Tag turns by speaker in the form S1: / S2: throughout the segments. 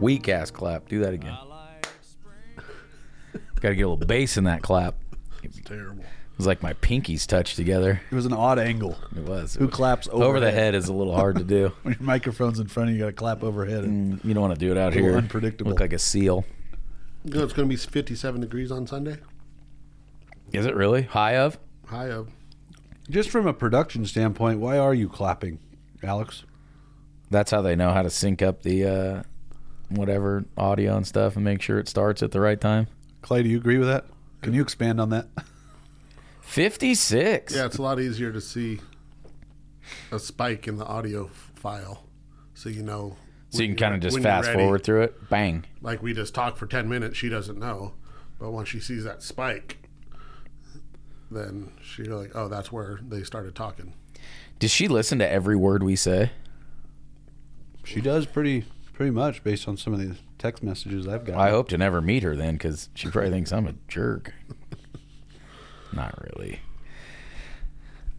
S1: Weak ass clap. Do that again. Got to get a little bass in that clap.
S2: It's terrible.
S1: It was like my pinkies touched together.
S2: It was an odd angle.
S1: It was.
S2: Who claps
S1: over, the
S2: overhead?
S1: head is a little hard to do.
S2: When your microphone's in front of you, you got to clap overhead. And
S1: You don't want to do it out
S2: little
S1: here.
S2: unpredictable.
S1: Look like a seal.
S3: You know, it's going to be 57 degrees on Sunday.
S1: Is it really high of?
S3: High of.
S2: Just from a production standpoint, why are you clapping, Alex?
S1: That's how they know how to sync up the uh, whatever audio and stuff and make sure it starts at the right time.
S2: Clay, do you agree with that? Can you expand on that?
S1: Fifty six.
S3: Yeah, it's a lot easier to see a spike in the audio f- file, so you know.
S1: So you
S3: when
S1: can kind of
S3: you're-
S1: just
S3: when you're
S1: fast
S3: ready.
S1: forward through it. Bang.
S3: Like we just talked for ten minutes, she doesn't know, but once she sees that spike, then she's like, "Oh, that's where they started talking."
S1: Does she listen to every word we say?
S2: She does pretty pretty much based on some of the text messages I've got.
S1: I hope to never meet her then because she probably thinks I'm a jerk. Not really.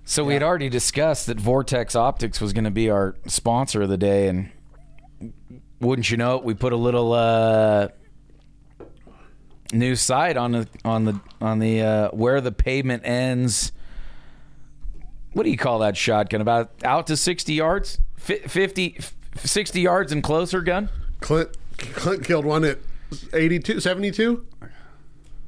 S1: So we had already discussed that Vortex Optics was going to be our sponsor of the day, and wouldn't you know it, we put a little uh, new site on the on the on the uh, where the pavement ends. What do you call that shotgun? About out to sixty yards, Fi 50, f- 60 yards and closer gun.
S3: Clint Clint killed one at 82, 72?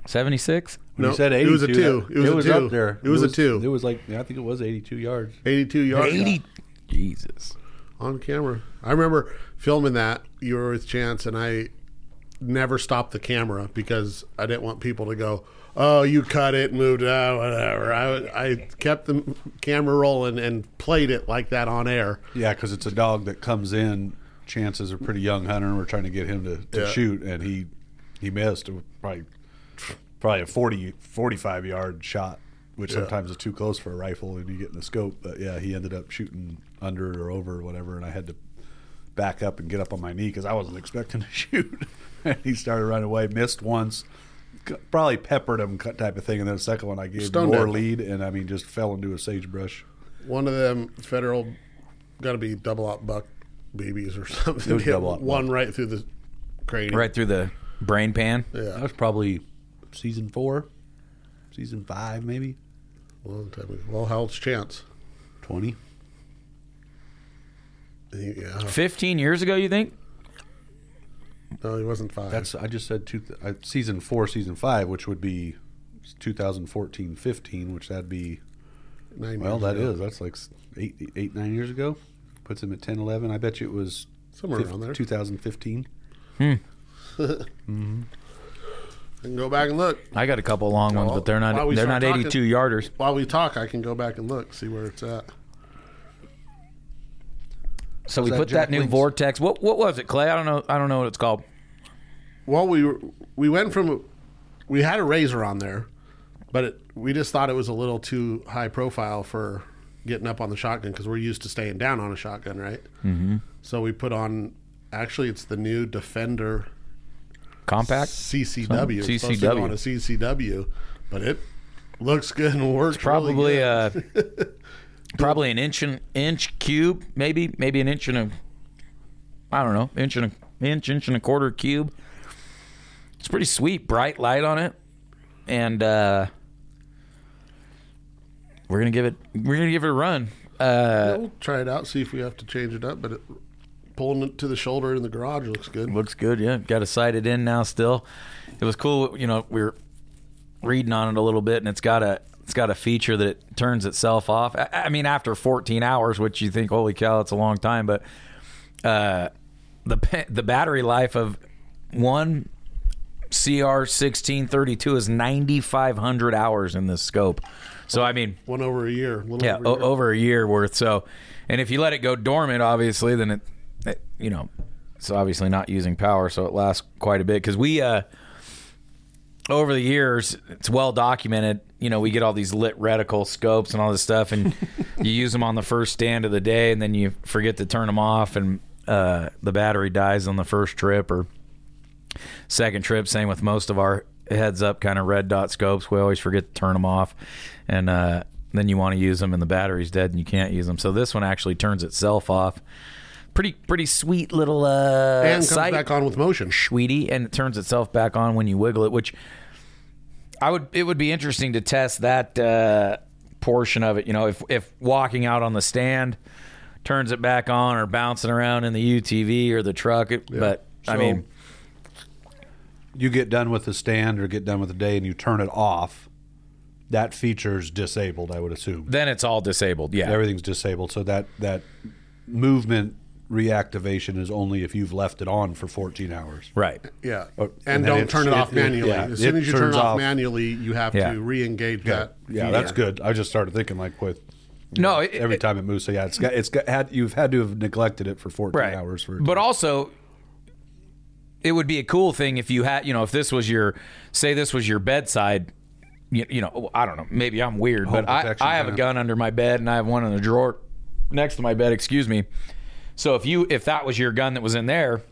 S1: Seventy six.
S2: When you
S3: No,
S2: said
S3: it
S2: 82,
S3: was a two.
S2: that-
S3: It was a two.
S2: up there.
S3: It was a two.
S2: It was like I think it was 82 yards.
S3: 82 yards.
S1: Jesus.
S3: on camera. I remember filming that. You were with Chance, and I never stopped the camera because I didn't want people to go, "Oh, you cut it, moved it, ah, whatever." I, I kept the camera rolling and played it like that on air.
S2: Yeah, because it's a dog that comes in. Chances are pretty young hunter. and We're trying to get him to, to
S3: Yeah.
S2: shoot, and he he missed It was probably probably a 40, 45 yard shot, which sometimes is too close for a rifle, and you get in the scope. But yeah, he ended up shooting under or over or whatever, and I had to back up and get up on my knee because I wasn't expecting to shoot. and he started running away, missed once. c- Probably peppered him cut type of thing, and then the second one I gave
S3: Stoned
S2: more
S3: him.
S2: lead, and I mean just fell into a sagebrush.
S3: One of them federal got to be double op buck babies or something.
S2: It was
S3: Hit
S2: double op buck.
S3: one right through the crane.
S1: Right through the brain pan.
S2: That was probably season four, season five, maybe
S3: Long time ago. Well, how old's Chance?
S2: twenty.
S3: He, yeah,
S1: 15 years ago, you think?
S3: no, he wasn't five.
S2: That's I just said two, uh, season four, season five, which would be 2014-15, which that'd be
S3: nine.
S2: well,
S3: years
S2: that
S3: ago.
S2: is that's like s- eight, eight, nine years ago. Puts him at 10, 11. I bet you it was
S3: Somewhere around there.
S2: 2015.
S3: I can go back and look.
S1: I got a couple long ones, but they're
S3: Why
S1: not
S3: we
S1: they're not
S3: start
S1: 82
S3: talking-
S1: yarders.
S3: While we talk, I can go back and look, see where it's at.
S1: So we
S2: that
S1: put that new
S2: Jacqueline's?
S1: vortex. What what was it, Clay? I don't know. I don't know what it's called.
S3: Well, we were, we went from we had a razor on there, but it, we just thought it was a little too high profile for getting up on the shotgun because we're used to staying down on a shotgun, right? Mm-hmm. So we put on. Actually, it's the new Defender
S1: Compact.
S3: CCW. It's supposed to go
S1: CCW.
S3: on a CCW, but it looks good and works. really
S1: Probably
S3: good.
S1: uh probably an inch and inch cube, maybe maybe an inch and a I don't know, inch and a inch inch and a quarter cube. It's pretty sweet, bright light on it, and uh, we're gonna give it we're gonna give it a run. Uh,
S3: we'll try it out, see if we have to change it up. But it, pulling it to the shoulder in the garage looks good.
S1: Looks good, yeah. Got it sighted in now. Still, it was cool. You know, we were reading on it a little bit, and it's got a it's got a feature that it turns itself off. I, I mean, after 14 hours, which you think, holy cow, it's a long time, but uh, the pa- the battery life of one CR 1632 is 9,500 hours in this scope. So I mean,
S3: One over a year. a little
S1: yeah,
S3: over
S1: o-
S3: a year.
S1: over a year worth. So, and if you let it go dormant, obviously, then it, it you know, it's obviously not using power, so it lasts quite a bit. Because we, uh, over the years, it's well documented. You know, we get all these lit reticle scopes and all this stuff, and you use them on the first stand of the day, and then you forget to turn them off, and uh, the battery dies on the first trip or second trip. Same with most of our heads up kind of red dot scopes. We always forget to turn them off, and uh, then you want to use them, and the battery's dead, and you can't use them. So this one actually turns itself off. pretty pretty sweet little uh,
S3: and comes
S1: sight,
S3: back on with motion.
S1: sweetie, and it turns itself back on when you wiggle it. Which I would it would be interesting to test that uh, portion of it. You know, if if walking out on the stand turns it back on or bouncing around in the UTV or the truck. It, But I
S2: So-
S1: mean,
S2: you get done with the stand or get done with the day and you turn it off, that feature's disabled, I would assume.
S1: then it's all disabled. Yeah,
S2: Everything's disabled, so that that movement reactivation is only if you've left it on for 14 hours.
S1: right.
S3: Yeah,
S2: Oh,
S3: and,
S2: and then
S3: don't
S2: it's-
S3: turn it,
S2: it-
S3: off
S2: it-
S3: manually.
S2: yeah,
S3: as
S2: it
S3: soon as you turn
S2: turns
S3: it off
S2: off.
S3: manually, you have
S1: Yeah.
S3: to re-engage that.
S2: Yeah,
S3: feature.
S2: that's good. I just started thinking like with
S1: No, it,
S2: every
S1: it-
S2: time it moves. So yeah, it's got it's got had you've had to have neglected it for 14
S1: right.
S2: hours for.
S1: but also, it would be a cool thing if you had, you know, if this was your, say, this was your bedside. You, you know, I don't know. Maybe I'm weird, but I,
S2: protection,
S1: I have a
S2: yeah.
S1: gun under my bed and I have one in the drawer next to my bed. Excuse me. So if you if that was your gun that was in there,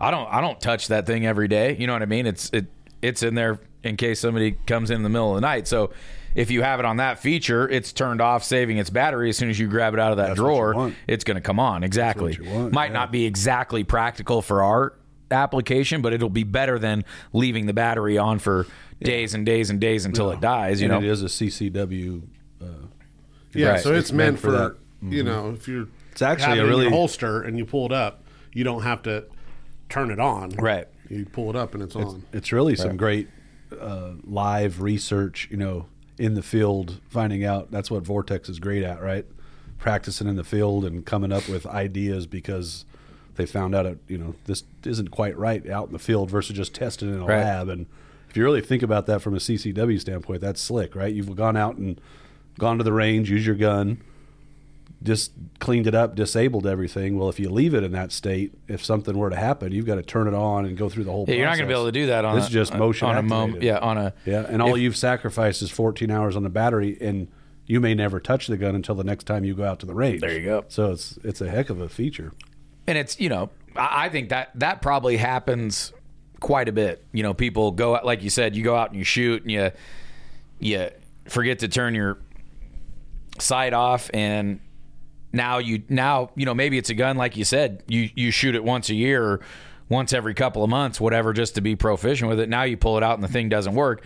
S1: I don't I don't touch that thing every day. You know what I mean? It's it it's in there in case somebody comes in, in the middle of the night. So if you have it on that feature, it's turned off, saving its battery. As soon as you grab it out of that
S2: That's what you
S1: drawer,
S2: want.
S1: it's going to come on. Exactly.
S2: you want,
S1: Might
S2: yeah.
S1: not be exactly practical for our application, but it'll be better than leaving the battery on for days and days and days until it dies. You
S2: and
S1: know,
S2: it is a CCW.
S3: Yeah,
S1: Right.
S3: so it's, meant,
S2: for
S3: for,
S2: that. Mm-hmm.
S3: you know if you're
S2: It's actually
S3: have it
S2: a
S3: in your
S2: really-
S3: holster and you pull it up, you don't have to turn it on.
S1: Right.
S3: You pull it up and it's, on.
S2: It's really some great uh, live research. You know, in the field, finding out that's what Vortex is great at, right? Practicing in the field and coming up with ideas because they found out, uh, you know, this isn't quite right out in the field versus just testing in a
S1: Right.
S2: lab. And if you really think about that from a CCW standpoint, that's slick, right? You've gone out and gone to the range, used your gun, just cleaned it up, disabled everything. Well, if you leave it in that state, if something were to happen, you've got to turn it on and go through the whole.
S1: Yeah, you're not going to be able to do that on
S2: This
S1: a, uh,
S2: is just motion
S1: on a moment.
S2: activated.
S1: Yeah, on a
S2: Yeah, and all you've sacrificed is 14 hours on the battery, and you may never touch the gun until the next time you go out to the range.
S1: There you go.
S2: So it's it's a heck of a feature.
S1: and it's you know I, I think that that probably happens quite a bit you know people go out like you said you go out and you shoot and you you forget to turn your sight off and now you now you know maybe it's a gun like you said you you shoot it once a year or once every couple of months whatever just to be proficient with it now you pull it out and the thing doesn't work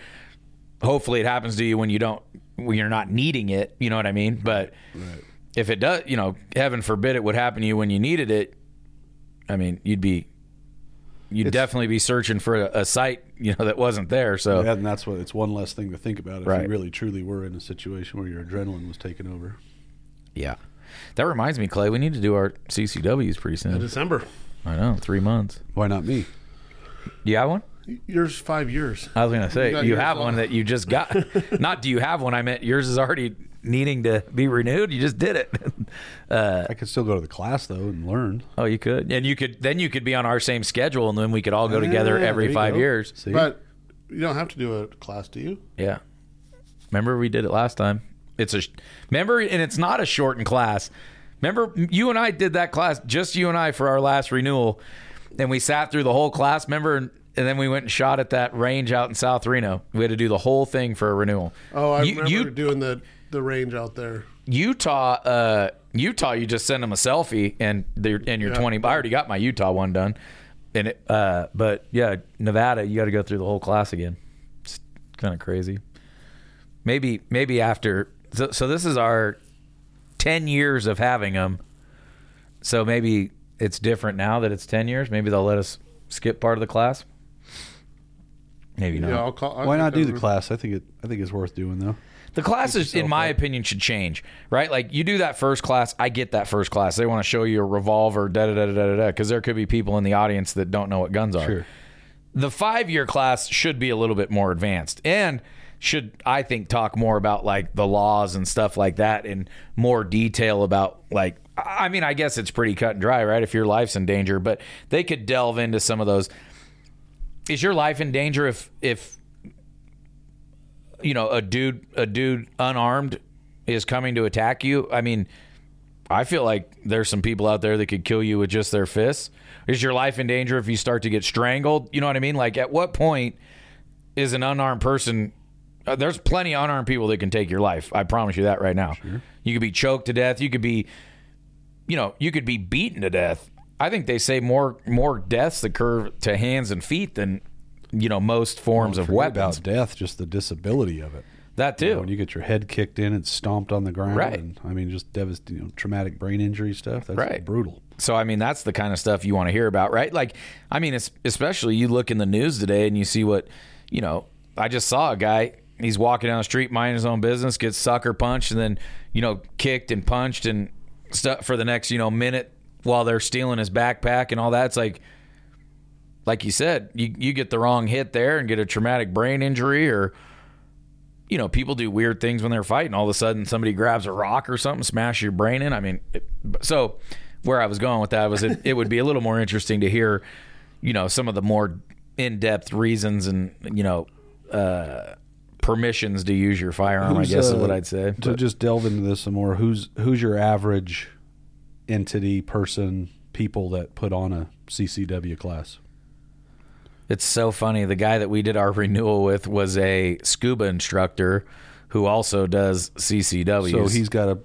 S1: hopefully it happens to you when you don't when you're not needing it you know what i mean but if it does you know heaven forbid it would happen to you when you needed it i mean you'd be you'd definitely be searching for a, a site you know that wasn't there so
S2: Yeah, and that's what it's one less thing to think about if
S1: Uh, Right.
S2: you really truly were in a situation where your adrenaline was taking over.
S1: yeah that reminds me clay we need to do our ccws pretty soon
S3: December.
S1: i know three months
S2: Why not me?
S1: you got one
S3: Yours five years.
S2: Uh,
S1: I was gonna say
S3: got
S1: you,
S3: yours
S1: have
S3: on.
S1: one that you just got. Not do you have one? I meant yours is already needing to be renewed. You just did it. Uh,
S2: I could still go to the class though and learn.
S1: oh, you could, and you could. Then you could be on our same schedule, and then we could all go together
S2: Yeah, there
S1: every
S2: you
S1: five
S2: go.
S1: years.
S2: See,
S3: But you don't have to do a class, do you?
S1: Yeah. Remember we did it last time. It's a remember, and it's not a shortened class. Remember, you and I did that class, just you and I, for our last renewal, and we sat through the whole class. Remember, and, and then we went and shot at that range out in South Reno. We had to do the whole thing for a renewal.
S3: Oh, I
S1: You-
S3: remember
S1: you-
S3: doing the the range out there.
S1: Utah, uh, Utah, you just send them a selfie and they're and you're 20. I already got my Utah one done, and it, uh, but yeah, Nevada, you got to go through the whole class again. It's kind of crazy. Maybe maybe after so, so this is our 10 years of having them. So maybe it's different now that it's 10 years. Maybe they'll let us skip part of the class. Maybe not.
S3: Yeah, I'll call. I
S2: why
S3: think
S2: not
S3: I
S2: do the
S3: remember.
S2: class? I think it I think it's worth doing though.
S1: The classes, in my opinion, should change, right? Like you do that first class, I get that first class. They want to show you a revolver, da da da da da da, because there could be people in the audience that don't know what guns are.
S2: Sure.
S1: The five year class should be a little bit more advanced and should, I think, talk more about like the laws and stuff like that in more detail about like, I I mean, I guess it's pretty cut and dry, right? If your life's in danger, but they could delve into some of those. Is your life in danger if, if, you know a dude a dude unarmed is coming to attack you i mean i feel like there's some people out there that could kill you with just their fists is your life in danger if you start to get strangled you know what i mean like at what point is an unarmed person uh, there's plenty of unarmed people that can take your life i promise you that right now you could be choked to death you could be you know, you could be beaten to death. I think they say more more deaths occur to hands and feet than you know most forms of
S2: Forget
S1: weapons.
S2: about death, just the disability of it.
S1: That too.
S2: When you get your head kicked in and stomped on the ground,
S1: Right.
S2: and, I mean, just devastating, you know, traumatic brain injury stuff. That's
S1: Right.
S2: brutal.
S1: So I mean, that's the kind of stuff you want to hear about, right? Like, I mean, es- especially you look in the news today and you see what, you know. I just saw a guy. He's walking down the street, minding his own business, gets sucker punched, and then you know kicked and punched and stuff for the next you know minute while they're stealing his backpack and all that. It's like, like you said, you you get the wrong hit there and get a traumatic brain injury or. You know, people do weird things when they're fighting. All of a sudden, somebody grabs a rock or something, smash your brain in. I mean, it, so where I was going with that was it, it would be a little more interesting to hear, you know, some of the more in depth reasons and, you know, uh, permissions to use your firearm, I guess is
S2: uh,
S1: what I'd say.
S2: To
S1: But-
S2: just delve into this some more, who's who's your average entity, person, people that put on a CCW class?
S1: It's so funny. The guy that we did our renewal with was a scuba instructor who also does CCW.
S2: So he's got a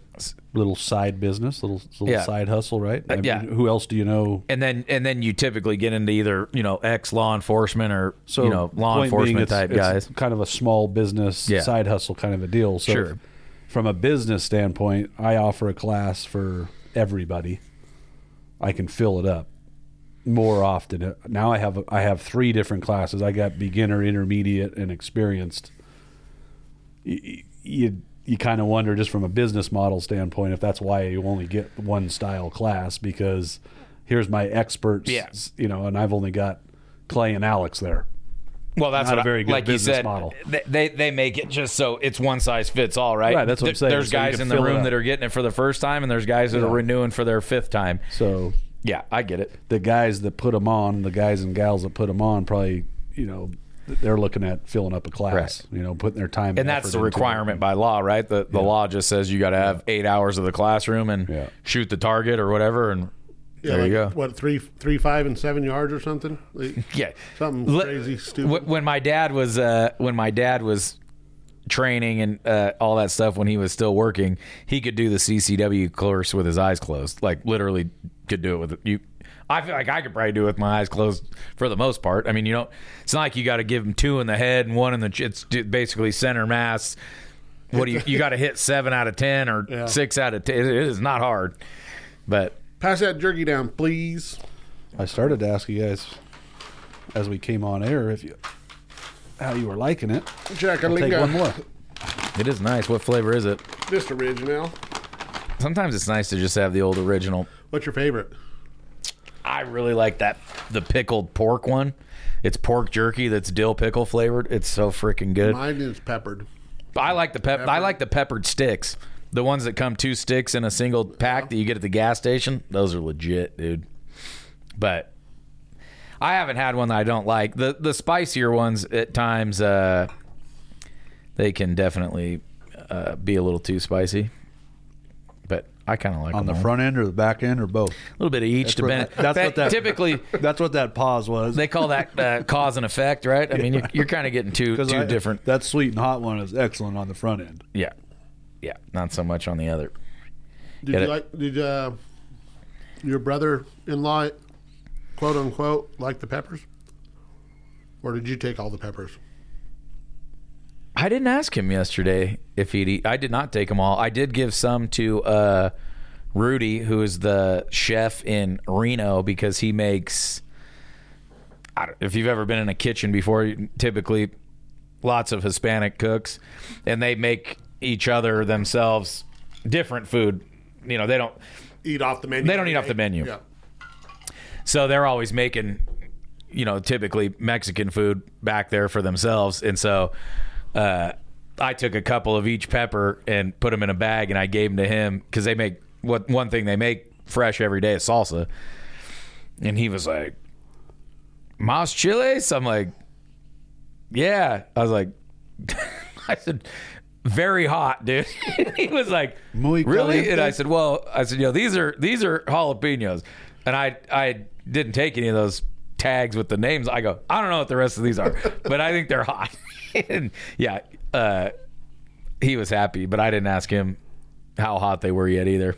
S2: little side business, little little
S1: Yeah. Uh,
S2: side hustle, right? I
S1: yeah.
S2: who else do you know?
S1: and then and then you typically get into either you know ex law enforcement or
S2: So
S1: you know law
S2: point being,
S1: enforcement
S2: it's-
S1: type
S2: it's
S1: guys.
S2: kind of a small business
S1: Yeah.
S2: side hustle kind of a deal. So
S1: Sure.
S2: from a business standpoint, I offer a class for everybody. I can fill it up more often. Uh, Now I have I have three different classes. I got beginner, intermediate, and experienced. Y- y- You you kind of wonder just from a business model standpoint if that's why you only get one style class because here's my experts,
S1: Yeah.
S2: you know, and I've only got Clay and Alex there.
S1: Well, that's
S2: Not
S1: what
S2: a
S1: I-
S2: very good
S1: like you
S2: business
S1: said,
S2: model.
S1: They, they they make it just so it's one size fits all, right?
S2: Right, that's what I'm saying.
S1: There's
S2: So you
S1: guys
S2: can
S1: in the
S2: fill it
S1: room
S2: up.
S1: that are getting it for the first time, and there's guys that are
S2: Yeah.
S1: renewing for their fifth time.
S2: So
S1: Yeah, I get it.
S2: the guys that put them on, the guys and gals that put them on, probably you know they're looking at filling up a class, you know, putting their time
S1: And that's the
S2: effort into it.
S1: requirement by law, right? The the law just says you got to have eight hours of the classroom and
S2: Yeah.
S1: shoot the target or whatever, and
S3: Yeah,
S1: there
S3: like,
S1: you go.
S3: What three, three, five, and seven yards or something? Like,
S1: Yeah,
S3: something
S1: Le-
S3: crazy stupid.
S1: Wh- When my dad was uh, when my dad was training and uh, all that stuff when he was still working, he could do the CCW course with his eyes closed. Like literally, could do it with you. I feel like I could probably do it with my eyes closed for the most part. I mean, you don't. It's not like you got to give him two in the head and one in the. ch- It's d- basically center mass. What do you? You got to hit seven out of ten or
S3: Yeah.
S1: six out of ten. It is not hard, but
S3: Pass that jerky down, please.
S2: I started to ask you guys as we came on air if you how you were liking it.
S3: Jack, I
S2: I'll
S3: think
S2: take
S3: I-
S2: one more.
S1: it is nice. What flavor is it?
S3: This original.
S1: Sometimes it's nice to just have the old original.
S3: What's your favorite?
S1: I really like that the pickled pork one. It's pork jerky that's dill pickle flavored. It's so freaking good.
S3: Mine is peppered.
S1: I like the pep- I like the peppered sticks. The ones that come two sticks in a single pack that you get at the gas station. Those are legit, dude. But I haven't had one that I don't like. The the spicier ones at times uh, they can definitely uh, be a little too spicy. But I kind of like
S2: On
S1: them
S2: the
S1: all.
S2: front end or the back end or both.
S1: a little bit of each.
S2: what-
S1: Depending,
S2: that's what that-
S1: typically
S2: That's what that pause was.
S1: they call that uh, cause and effect, right? I mean, you're, you're kind of getting two
S2: 'Cause
S1: two
S2: I-
S1: different.
S2: That sweet and hot one is excellent on the front end.
S1: Yeah, yeah, not so much on the other.
S3: Did
S1: Get
S3: you
S1: it.
S3: like? Did uh, your brother-in-law, quote unquote, like the peppers, or did you take all the peppers?
S1: I didn't ask him yesterday if he'd. Eat. I did not take them all. I did give some to uh, Rudy, who is the chef in Reno, because he makes. I don't, if you've ever been in a kitchen before, you- typically lots of Hispanic cooks, and they make each other themselves different food. You know, they don't.
S3: Eat off the menu.
S1: They don't eat off the menu.
S3: Yeah.
S1: So they're always making, you know, typically Mexican food back there for themselves. And so uh, I took a couple of each pepper and put them in a bag and I gave them to him because they make what one thing they make fresh every day is salsa. And he was like, Mas chiles? I'm like, yeah. I was like, I said, very hot, dude. he was like,
S2: Muy
S1: really? And
S2: caliente?
S1: I said, well, I said, yo, these are these are jalapenos, and I I didn't take any of those tags with the names. I go, I don't know what the rest of these are, but I think they're hot. and yeah, uh, he was happy, but I didn't ask him how hot they were yet either.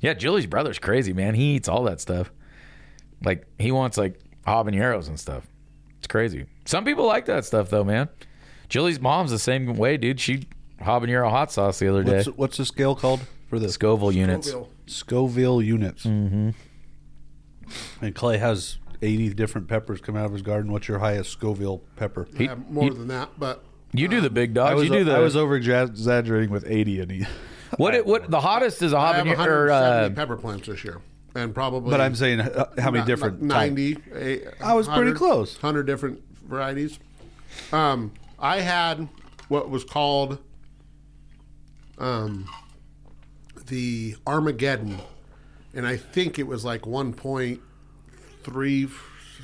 S1: Yeah, Julie's brother's crazy, man. He eats all that stuff. Like he wants like habaneros and stuff. It's crazy. Some people like that stuff though, man. Julie's mom's the same way, dude. She habanero hot sauce the other day.
S2: What's, what's the scale called for this?
S1: Scoville units.
S3: Scoville.
S2: Scoville units. Mm-hmm. And Clay has 80 different peppers coming out of his garden. What's your highest Scoville pepper?
S1: He-
S3: Yeah, more
S1: you-
S3: than that, but
S1: You do the big
S2: I
S1: dogs.
S2: was,
S1: You do the.
S2: I was over exaggerating with 80 and he.
S1: what? It, what? The hottest is a
S3: I have
S1: habanero. Or,
S3: 170
S1: uh,
S3: pepper plants this year, and probably.
S2: But I'm saying uh, how many
S3: not-
S2: different
S3: not-
S2: types?
S3: ninety. eh,
S2: I was pretty
S3: 100
S2: close.
S3: Hundred different varieties. Um, I had what was called um, the Armageddon, and I think it was like 1.37,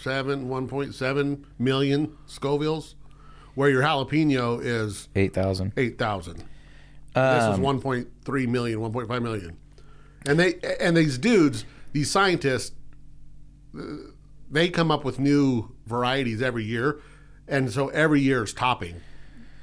S3: 1.7 million Scovilles, where your jalapeno is
S1: Eight thousand.
S3: eight thousand. this
S2: Um,
S3: is one point three million, one point five million, and they and these dudes, these scientists, uh, they come up with new varieties every year, and so every year is topping.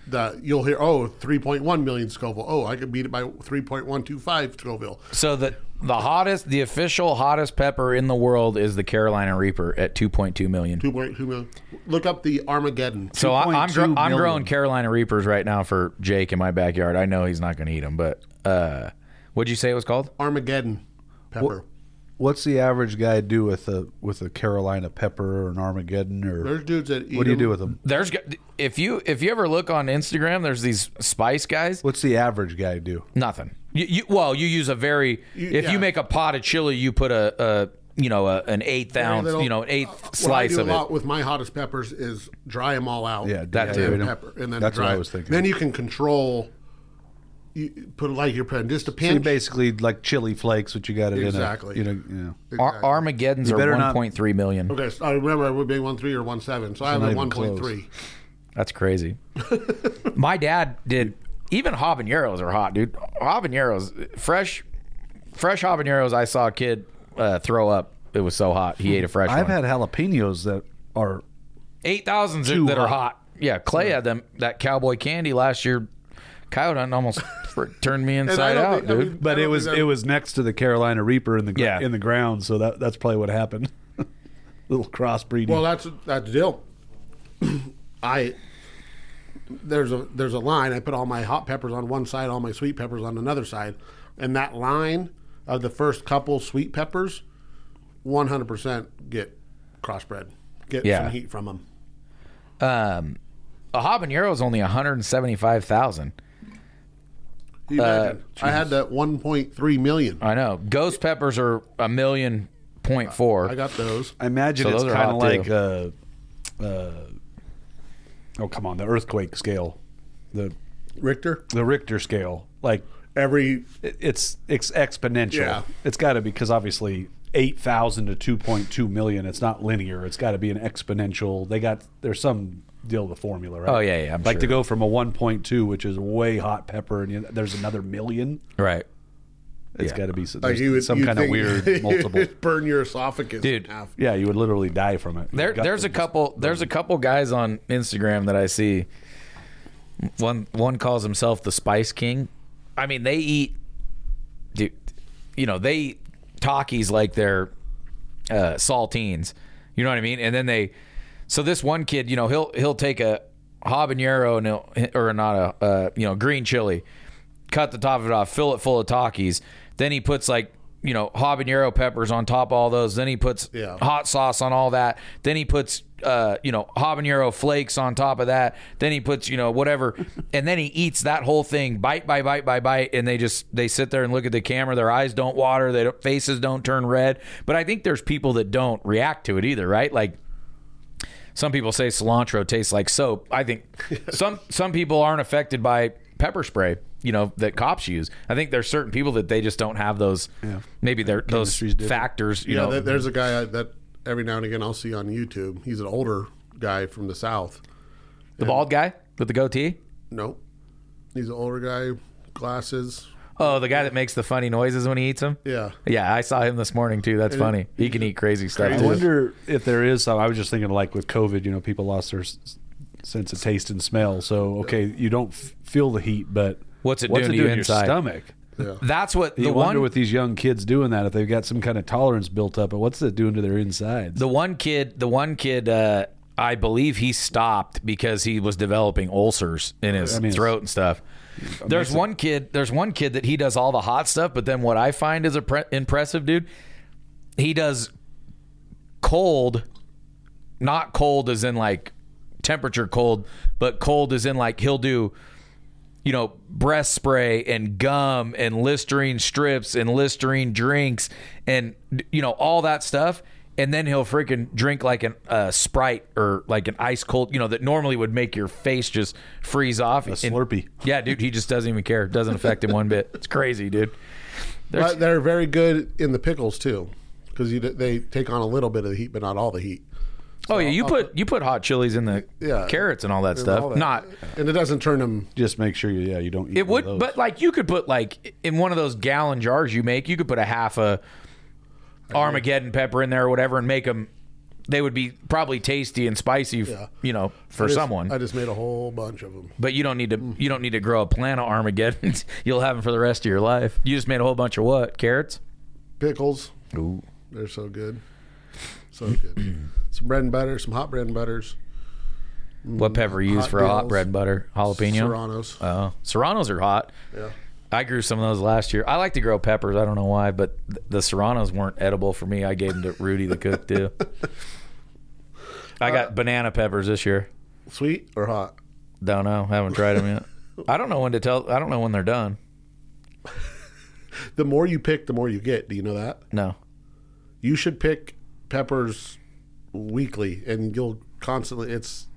S3: The you'll hear oh 3.1 million Scoville. Oh, I could beat it by 3.125 Scoville.
S1: So the the hottest, the official hottest pepper in the world is the Carolina Reaper at two point two million.
S3: 2.2 million. Look up the Armageddon.
S1: So I, I'm,
S2: 2.2
S1: gro- I'm
S2: million.
S1: growing Carolina Reapers right now for Jake in my backyard. I know he's not going to eat them, but uh, what'd you say it was called?
S3: Armageddon pepper.
S2: What's the average guy do with a with a Carolina pepper or an Armageddon or
S3: There's dudes that eat
S2: what do you
S3: them.
S2: do with them?
S1: There's g- if you if you ever look on Instagram, there's these spice guys.
S2: What's the average guy do?
S1: Nothing. You, you well, you use a very if
S3: yeah.
S1: you make a pot of chili, you put a, a you know a, an eighth ounce,
S3: little-
S1: you know an eighth
S3: what I
S1: slice
S3: do
S1: of
S3: a lot
S1: it.
S3: with my hottest peppers is dry them all out.
S2: Yeah,
S1: That
S2: yeah,
S1: too.
S2: yeah, we
S3: and
S2: don't-
S3: pepper, and then
S2: that's
S3: dry.
S2: what I was thinking.
S3: Then you can control. You put like your pen, just a
S2: So you
S3: pinch.
S2: basically like chili flakes, which you got it
S3: Exactly.
S2: in a, you know, you know.
S1: Ar- Armageddon's
S2: You
S1: are
S2: better not-
S1: 1.3 million.
S3: okay, so I remember it would be one three or one seven, so I have
S2: not
S3: a
S2: even
S3: one point three.
S1: That's crazy. My dad did. Even habaneros are hot, dude. Habaneros, fresh, fresh habaneros. I saw a kid uh, throw up. It was so hot. He ate a fresh
S2: I've
S1: one.
S2: had jalapenos that are
S1: Eight thousands that
S2: Too
S1: are
S2: hot.
S1: hot. Yeah, Clay had them. That cowboy candy last year. Coyote hunting almost fr- turned me inside
S3: don't
S1: out,
S3: think- I
S1: dude.
S3: mean-
S2: but
S3: I
S2: it
S3: don't
S2: was
S3: think
S2: it
S3: that-
S2: was next to the Carolina Reaper in the gr-
S1: Yeah.
S2: in the ground, so that that's probably what happened. Little crossbreeding.
S3: Well, that's that's the deal. I there's a there's a line. I put all my hot peppers on one side, all my sweet peppers on another side, and that line of the first couple sweet peppers, one hundred percent get crossbred, get
S1: Yeah.
S3: some heat from them.
S1: um, a habanero is only one hundred seventy-five thousand.
S2: Uh,
S3: I had that one point three million.
S1: I know. Ghost peppers are a million point four.
S3: I got those.
S2: I imagine
S1: So
S2: it's
S1: those are
S2: kind of
S1: hot,
S2: like uh, uh, oh come on, the earthquake scale, the
S3: Richter.
S2: the Richter scale. Like
S3: Every
S2: it- it's it's exponential.
S3: Yeah.
S2: It's got to be because obviously eight thousand to two point two million. It's not linear. It's got to be an exponential. They got there's some deal with the formula, right?
S1: Oh, yeah, yeah, I'm
S2: like to
S1: sure.
S2: go from a one point two, which is way hot pepper, and you, there's another million.
S1: right.
S2: It's
S1: Yeah.
S2: got to be some,
S3: like Oh, you would,
S2: some
S3: you'd
S2: kind of
S3: think-
S2: weird multiple.
S3: It'd burn your esophagus,
S1: Dude.
S3: In half.
S2: Yeah, you would literally die from it.
S1: There,
S2: Your gut
S1: there's a
S2: would just-
S1: couple. There's a couple guys on Instagram that I see. One one calls himself the Spice King. I mean, they eat, dude. You know, they eat Takis like they're uh, saltines. You know what I mean? And then they. So this one kid, you know, he'll he'll take a habanero and he'll, or not a uh, you know green chili, cut the top of it off, fill it full of Takis. Then he puts like you know habanero peppers on top of all those. Then he puts
S3: Yeah.
S1: hot sauce on all that. Then he puts uh, you know habanero flakes on top of that. Then he puts you know whatever, and then he eats that whole thing bite by bite by bite. And they just they sit there and look at the camera. Their eyes don't water. Their faces don't turn red. But I think there's people that don't react to it either, right? Like some people say cilantro tastes like soap. I think some some people aren't affected by pepper spray, you know, that cops use. I think there's certain people that they just don't have those. Maybe they're those
S2: Chemistry's different.
S1: factors. You
S3: Yeah,
S1: know,
S3: there- there's a guy I- that every now and again I'll see on YouTube. He's an older guy from the South.
S1: the bald guy with the goatee.
S3: Nope. He's an older guy, glasses.
S1: Oh, the guy that makes the funny noises when he eats them.
S3: Yeah.
S1: Yeah, I saw him this morning too. That's funny. He can eat crazy stuff.
S2: I
S1: Too.
S2: wonder if there is some. I was just thinking, like with COVID, you know, people lost their s- sense of taste and smell. So okay, you don't f- feel the heat, but
S1: What's it doing to
S2: do
S1: you
S2: in
S1: inside?
S2: your stomach?
S1: That's what
S2: You
S1: the
S2: wonder
S1: one
S2: with these young kids doing that if they've got some kind of tolerance built up, but what's it doing to their insides?
S1: the one kid the one kid uh I believe he stopped because he was developing ulcers in his
S2: I mean, it's-
S1: throat and stuff. There's one kid. There's one kid that he does all the hot stuff, but then what I find is impre- impressive, dude. He does cold, not cold as in like temperature cold, but cold as in like he'll do, you know, breast spray and gum and Listerine strips and Listerine drinks and you know all that stuff. And then he'll freaking drink like an uh, Sprite or like an ice cold, you know, that normally would make your face just freeze off. A
S2: Slurpee.
S1: yeah, dude, he just doesn't even care. Doesn't affect him one bit. It's crazy, dude.
S3: But they're very good in the pickles too, because they take on a little bit of the heat, but not all the heat.
S1: oh yeah, you put you put hot chilies in the
S3: Yeah.
S1: carrots and all that
S3: And
S1: stuff.
S3: all that.
S1: Not
S3: and it doesn't turn them.
S2: Just make sure you, yeah, you don't eat
S1: it
S2: one
S1: would,
S2: of those.
S1: but like you could put like in one of those gallon jars you make, you could put a half a Armageddon pepper in there or whatever, and make them. They would be probably tasty and spicy, f-
S3: Yeah.
S1: you know, for someone.
S3: I Mm. just made a whole bunch of them.
S1: but you don't need to. You don't need to grow a plant of Armageddon. You'll have them for the rest of your life. You just made a whole bunch of what carrots?
S3: Pickles,
S1: Ooh.
S3: they're so good, so good. some bread and butter, some hot bread and butters,
S1: What pepper you use
S3: Mm, Hot
S1: for a hot
S3: Beatles.
S1: bread and butter? Jalapeno.
S3: serranos.
S1: Oh, serranos are hot.
S3: Yeah.
S1: I grew some of those last year. I like to grow peppers. I don't know why, but th- the serranos weren't edible for me. I gave them to Rudy the cook too. I
S3: Uh,
S1: got banana peppers this year.
S3: Sweet or hot?
S1: Don't know. Haven't tried them yet. I don't know when to tell. I don't know when they're done.
S3: The more you pick, the more you get. Do you know that?
S1: No.
S3: You should pick peppers weekly, and you'll constantly. It's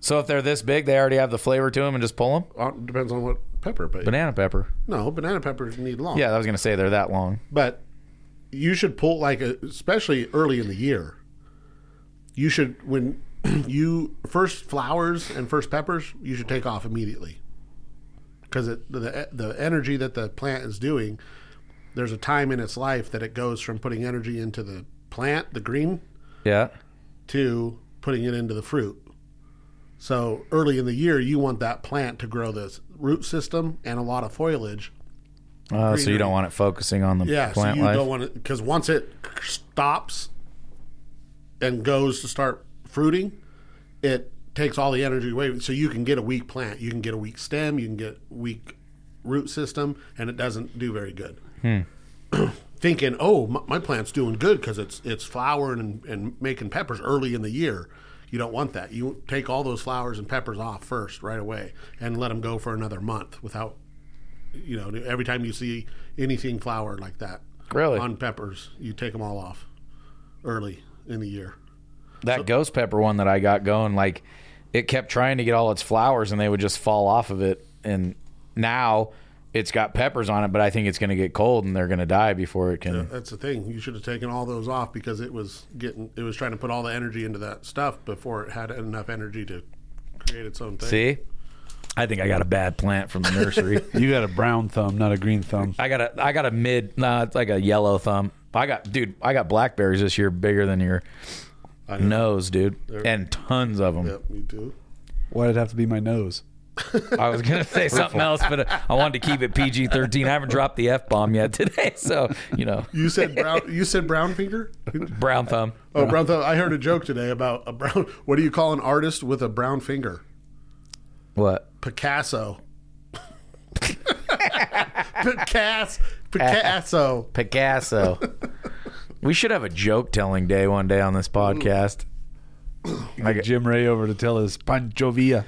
S1: So if they're this big, they already have the flavor to them, and just pull them.
S3: uh, depends on what pepper, but
S1: Banana pepper.
S3: no, banana peppers need long.
S1: Yeah, I was gonna say they're that long.
S3: but you should pull like a, especially early in the year you should when you first flowers and first peppers you should take off immediately because it the, the energy that the plant is doing there's a time in its life that it goes from putting energy into the plant the green
S1: Yeah.
S3: to putting it into the fruit so early in the year you want that plant to grow this root system and a lot of foliage
S1: Uh, so you don't want it focusing on the
S3: yeah,
S1: plant
S3: so you
S1: life.
S3: don't want to because once it stops and goes to start fruiting, it takes all the energy away. So you can get a weak plant, you can get a weak stem, you can get weak root system, and it doesn't do very good. Thinking, oh, my, my plant's doing good because it's it's flowering and, and making peppers early in the year. You don't want that. You take all those flowers and peppers off first, right away, and let them go for another month without you know, every time you see anything flower like that,
S1: Really?
S3: on peppers, you take them all off early in the year.
S1: that ghost pepper one that I got going, like it kept trying to get all its flowers and they would just fall off of it. And now it's got peppers on it, but I think it's going to get cold and they're going to die before it can.
S3: That's the thing. You should have taken all those off because it was getting, it was trying to put all the energy into that stuff before it had enough energy to create its own thing.
S1: See, I think I got a bad plant from the nursery.
S2: you got a brown thumb, not a green thumb.
S1: I got a I got a mid, nah, it's like a yellow thumb. I got dude, I got blackberries this year bigger than your nose, dude, and tons of them.
S3: Yep, me too.
S2: Why'd it have to be my nose?
S1: I was gonna say something else, but uh, I wanted to keep it PG thirteen. I haven't dropped the f bomb yet today, so you know,
S3: You said brown. you said brown finger.
S1: brown thumb.
S3: Oh, brown thumb. I heard a joke today about a brown. What do you call an artist with a brown finger?
S1: What?
S3: Picasso. Picasso. Picasso.
S1: Picasso. we should have a joke telling day one day on this podcast.
S2: I got Jim Ray over to tell us Pancho Villa.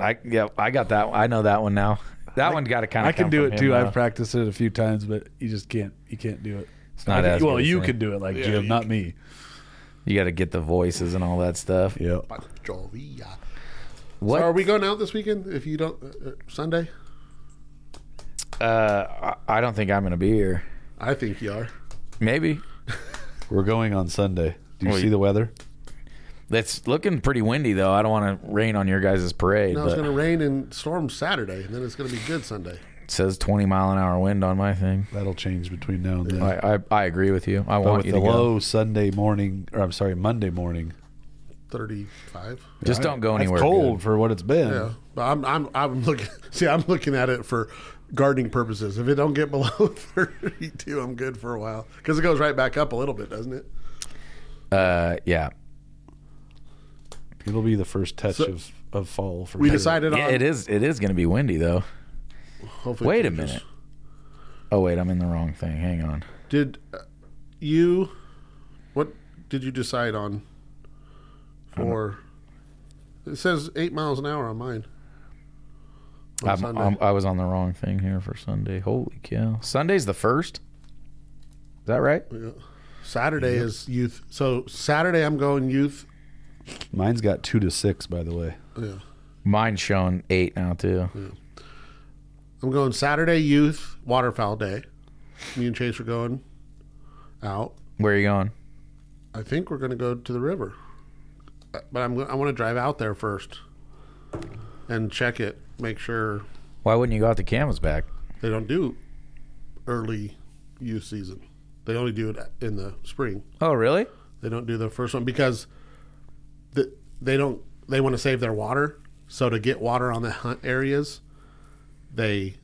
S1: I yeah, I got that. one. I know that one now. That one's got to kind of.
S2: I can do it too. I've practiced it a few times, but you just can't. You can't do it. It's
S1: not as
S2: well.
S1: good as
S2: You
S1: me.
S2: can do it like
S3: Yeah,
S2: Jim,
S3: you
S2: not me.
S1: you got to get the voices and all that stuff.
S2: Yeah.
S3: Jovia.
S1: What?
S3: So are we going out this weekend? If you don't uh, uh, Sunday,
S1: Uh, I I don't think I'm gonna be here.
S3: I think you are.
S1: Maybe
S2: We're going on Sunday. Do you
S1: Well,
S2: see
S1: you-
S2: the weather?
S1: it's looking pretty windy though. I don't want to rain on your guys' parade.
S3: Now
S1: but
S3: it's going to rain and storm Saturday, and then it's going to be good Sunday.
S1: it says 20 mile an hour wind on my thing.
S2: That'll change between now and then.
S1: I I, I agree with you. I
S2: But
S1: want
S2: with
S1: you
S2: the
S1: to go.
S2: low Sunday morning, or I'm sorry, Monday morning,
S3: 35.
S1: Just don't go anywhere.
S2: That's cold
S1: dude.
S2: for what it's been.
S3: Yeah, but I'm I'm I'm looking. See, I'm looking at it for gardening purposes. If it don't get below 32, I'm good for a while because it goes right back up a little bit, doesn't it?
S1: Uh, yeah.
S2: It'll be the first touch of, of fall for
S3: We
S2: sure.
S3: decided
S1: Yeah,
S3: on.
S1: it is. It is going to be windy though.
S3: Hopefully
S1: Wait a
S3: it changes.
S1: minute. Oh wait, I'm in the wrong thing. Hang on.
S3: Did uh, you? What did you decide on? For it says eight miles an hour on mine. On
S1: I'm,
S3: Sunday.
S1: I'm- i was on the wrong thing here for Sunday. Holy cow! Sunday's the first. Is that right?
S3: Yeah. Saturday is youth. So Saturday I'm going youth.
S2: Mine's got two to six, by the way.
S3: Yeah.
S1: Mine's showing eight now too.
S3: I'm going Saturday youth waterfowl day. Me and Chase are going out.
S1: Where are you going?
S3: I think we're going to go to the river, Uh, but I'm go- I want to drive out there first and check it, make sure
S1: Why wouldn't you go out the camel's back?
S3: they don't do early youth season. They only do it in the spring.
S1: Oh really?
S3: They don't do the first one because the, they don't. They want to save their water, so to get water on the hunt areas, they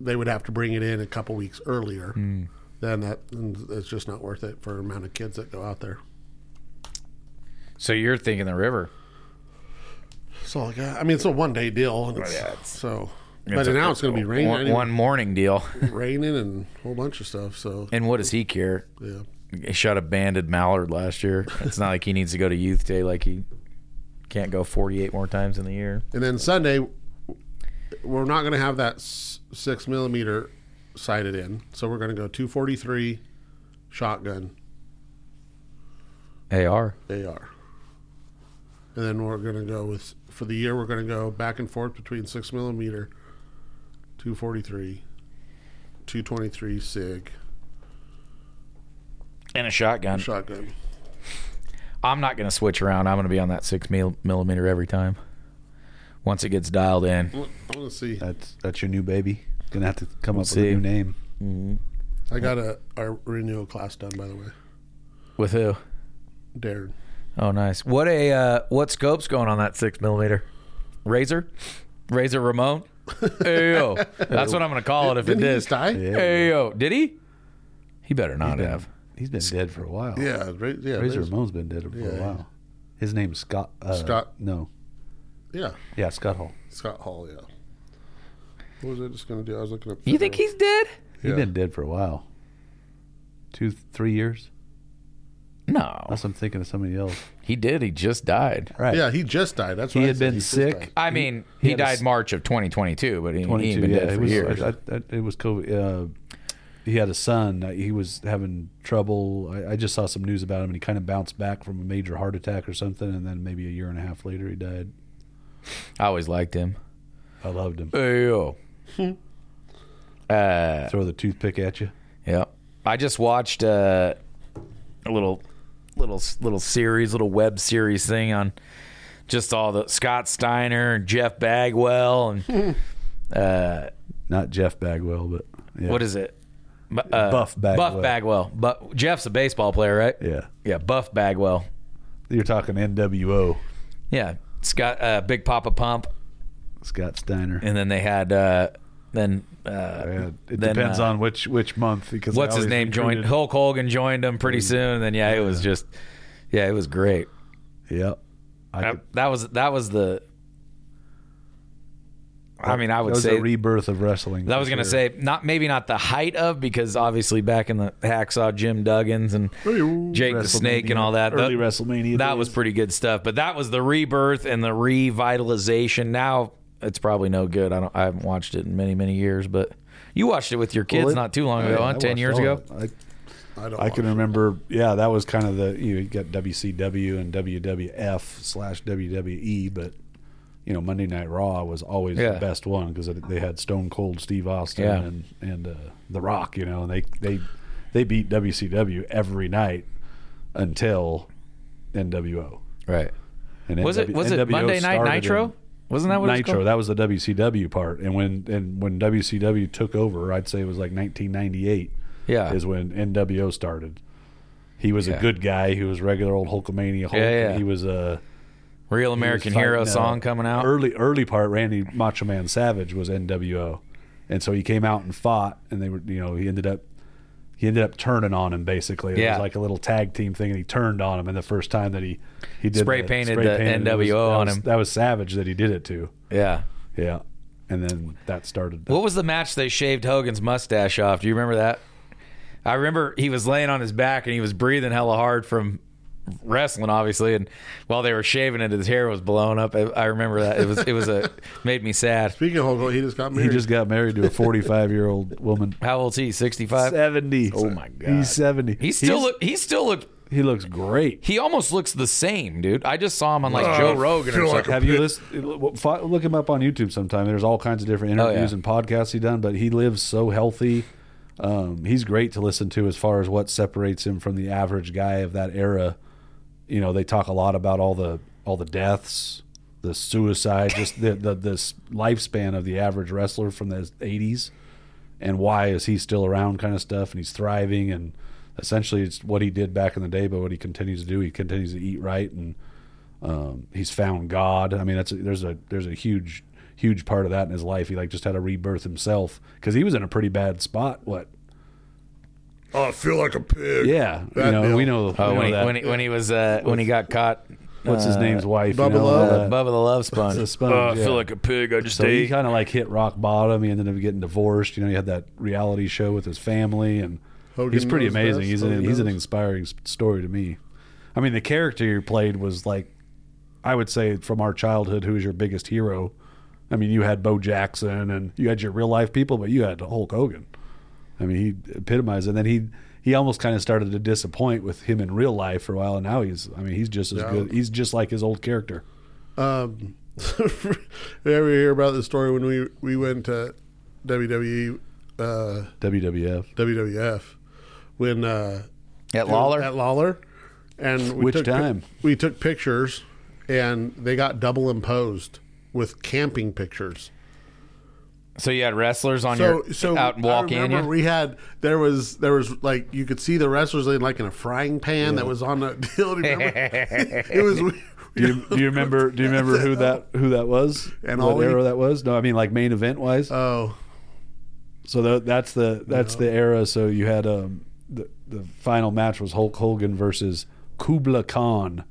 S3: they would have to bring it in a couple weeks earlier. Then that and it's just not worth it for the amount of kids that go out there.
S1: So you're thinking the river?
S3: That's all I got. I mean, it's a one day deal. and it's- so, but
S1: It's a-
S3: now it's going to be raining,
S1: One, one morning deal.
S3: raining, and a whole bunch of stuff. So,
S1: and what does he care?
S3: yeah.
S1: He shot a banded mallard last year. It's not like he needs to go to youth day. Like he can't go 48 more times in the year.
S3: And then Sunday, we're not going to have that s- six millimeter sighted in. So we're going to go 243 shotgun
S1: AR.
S3: AR. And then we're going to go with, for the year, we're going to go back and forth between six millimeter, 243, 223 SIG,
S1: And a shotgun.
S3: shotgun.
S1: I'm not going to switch around. I'm going to be on that six mil- millimeter every time. Once it gets dialed in,
S3: I want to see.
S2: That's that's your new baby. Gonna have to come up
S1: see.
S2: with a new name.
S3: I got a, a renewal class done, by the way.
S1: with who?
S3: Darren.
S1: Oh, nice. What a uh, what scope's going on that six millimeter? Razor, Razor Ramon. Ayo, that's what I'm going to call it if
S3: Didn't
S1: it
S3: he
S1: is.
S3: just die? Yeah,
S1: Ayo, did he? He better not have.
S2: He's been dead for a while.
S3: ra- yeah,
S2: Razor
S3: there's-
S2: Ramon's been dead for
S3: Yeah.
S2: a while. His name's Scott. Uh,
S3: Scott.
S2: No.
S3: yeah.
S2: Yeah, Scott Hall.
S3: Scott Hall, yeah. What was I just gonna do? I was looking up.
S1: You think he's dead?
S2: He's
S3: Yeah.
S2: been dead for a while. Two, three years.
S1: No,
S2: Unless I'm thinking of somebody else.
S1: he did. He just died.
S2: Right.
S3: Yeah, he just died. That's
S2: He
S3: what I
S2: had
S3: said.
S2: been
S3: just
S2: sick.
S3: died.
S1: I mean,
S2: he
S1: he,
S2: had a
S1: died
S2: s-
S1: March of 2022, but he, he ain't
S2: 22.
S1: been
S2: yeah,
S1: dead
S2: it
S1: for
S2: was.
S1: years.
S2: I, I, I- it was COVID. Uh, he had a son. uh, He was having trouble. I, I just saw some news about him, and he kind of bounced back from a major heart attack or something, and then maybe a year and a half later, he died.
S1: I always liked him.
S2: I loved him.
S1: Ayo. uh,
S2: Throw the toothpick at you.
S1: yeah. I just watched uh, a little, little, little series, little web series thing on just all the Scott Steiner and Jeff Bagwell and uh,
S2: Not Jeff Bagwell, but yeah.
S1: what is it? Bu- Uh,
S2: Buff Bagwell.
S1: Buff Bagwell. But Jeff's a baseball player, right?
S2: Yeah,
S1: Yeah. Buff Bagwell.
S2: you're talking NWO.
S1: Yeah. Scott uh, Big Papa Pump.
S2: Scott Steiner.
S1: and then they had uh then uh
S2: Yeah, it
S1: then,
S2: depends
S1: uh,
S2: on which which month because
S1: what's
S2: I
S1: his
S2: always
S1: name joined
S2: recruited-
S1: Hulk Hogan joined them pretty soon and then yeah it was just yeah it was great
S2: Yep. I
S1: that,
S2: could-
S1: that was that was the I mean I
S2: that
S1: would
S2: was
S1: say
S2: a rebirth of wrestling.
S1: I
S2: for
S1: was gonna
S2: sure.
S1: say not maybe not the height of because obviously back in the hacksaw Jim Duggins and Jake the Snake and
S2: WrestleMania,
S1: all that
S2: early
S1: that-
S2: WrestleMania
S1: that was
S2: days.
S1: pretty good stuff but that was the rebirth and the revitalization now it's probably no good I don't I haven't watched it in many many years but you watched it with your kids
S2: Well, it-
S1: not too long
S2: Oh,
S1: ago
S2: yeah,
S1: huh?
S2: I
S1: ten
S2: watched
S1: years
S2: all
S1: ago
S2: of it.
S3: I don't.
S2: I, I can remember. Yeah, that was kind of the you, know, you got WCW and WWF slash WWE, but you know Monday Night Raw was always
S1: Yeah.
S2: the best one because they had Stone Cold Steve Austin
S1: Yeah.
S2: and and uh, The Rock. You know, and they they they beat WCW every night until NWO.
S1: right
S2: And
S1: was it
S2: NW
S1: was it Monday Night
S2: started in-
S1: Nitro wasn't that what it's
S2: Nitro.
S1: called
S2: That was the WCW part, and when and when WCW took over, I'd say it was like 1998
S1: yeah
S2: is when NWO started. He was
S1: Yeah.
S2: a good guy. He was regular old Hulkamania Hulk.
S1: Yeah, yeah.
S2: He was a uh,
S1: Real American Hero song coming out.
S2: Early early part, Randy Macho Man Savage was NWO, and so he came out and fought, and they were you know he ended up he ended up turning on him basically. It
S1: Yeah.
S2: was like a little tag team thing, and he turned on him. And the first time that he he did
S1: Spray
S2: the-
S1: painted the
S2: painted, it
S1: NWO
S2: was- that
S1: on
S2: was-
S1: him.
S2: That was Savage that he did it to.
S1: yeah.
S2: Yeah, and then that started.
S1: What was the match they shaved Hogan's mustache off? Do you remember that? I remember he was laying on his back and he was breathing hella hard from wrestling, obviously. And while they were shaving it, his hair was blowing up. I, I remember that. It was it was a made me sad.
S3: Speaking of Hulk, he just got
S2: He
S3: married.
S2: just got married to a forty five year old woman.
S1: How old's he? Sixty five.
S2: Seventy. Oh
S1: my God.
S2: He's seventy.
S1: He still
S2: He's-
S1: look. He still looked.
S2: he looks great.
S1: He almost looks the same, dude. I just saw him on like
S3: Uh,
S1: Joe Rogan. Or
S3: feel
S1: something.
S3: like
S2: Have you listened? Look him up on YouTube sometime. There's all kinds of different
S1: Oh, yeah.
S2: interviews and podcasts he done, but he lives so healthy. Um, he's great to listen to as far as what separates him from the average guy of that era. You know, they talk a lot about all the all the deaths, the suicide, just the the this lifespan of the average wrestler from the '80s, and why is he still around, kind of stuff, and he's thriving and. Essentially, it's what he did back in the day, but what he continues to do, he continues to eat right and he's found God. I mean, that's a, there's a there's a huge huge part of that in his life. He like just had a rebirth himself because he was in a pretty bad spot. What?
S3: oh, I feel like a pig.
S2: Yeah, you
S3: That
S2: know,
S3: deal.
S2: we know,
S1: Oh,
S2: we know
S1: when he, Uh,
S2: that.
S1: when he when he was uh, when he got caught.
S2: What's his name's wife?
S3: Bubba
S2: you know,
S3: Love?
S2: all
S1: Uh,
S2: that.
S1: Bubba the Love Sponge.
S2: The sponge, yeah.
S1: a pig. I just
S2: so he kind of like hit rock bottom. He ended up getting divorced. You know, he had that reality show with his family, and
S3: Hogan
S2: he's pretty
S3: knows
S2: amazing.
S3: best.
S2: He's an,
S3: Hogan
S2: he's an
S3: knows.
S2: inspiring s- story to me. I mean, the character he played was like, I would say from our childhood, who is your biggest hero? I mean, you had Bo Jackson, and you had your real life people, but you had Hulk Hogan. I mean, he epitomized, and then he he almost kind of started to disappoint with him in real life for a while, and now he's I mean, he's just as
S3: Yeah.
S2: good. He's just like his old character.
S3: Um, ever hear about the story when we we went to WWE, uh,
S2: WWF.
S3: WWF, when uh,
S1: at Lawler.
S3: at Lawler, and we
S2: Which
S3: took,
S2: time?
S3: we took pictures, and they got double imposed with camping pictures.
S1: so you had wrestlers on
S3: So
S1: your
S3: so
S1: out walking
S3: I
S1: in
S3: remember
S1: you.
S3: we had there was there was like you could see the wrestlers in like in a frying pan that was on a deal. Do you remember? it was. weird.
S2: Do you, do you remember? Do you remember who that who that was?
S3: And
S2: what
S3: Ollie?
S2: era that was? No, I mean like main event wise.
S3: Oh,
S2: so tha- that's the that's the era. So you had um the the final match was Hulk Hogan versus Kubla Khan.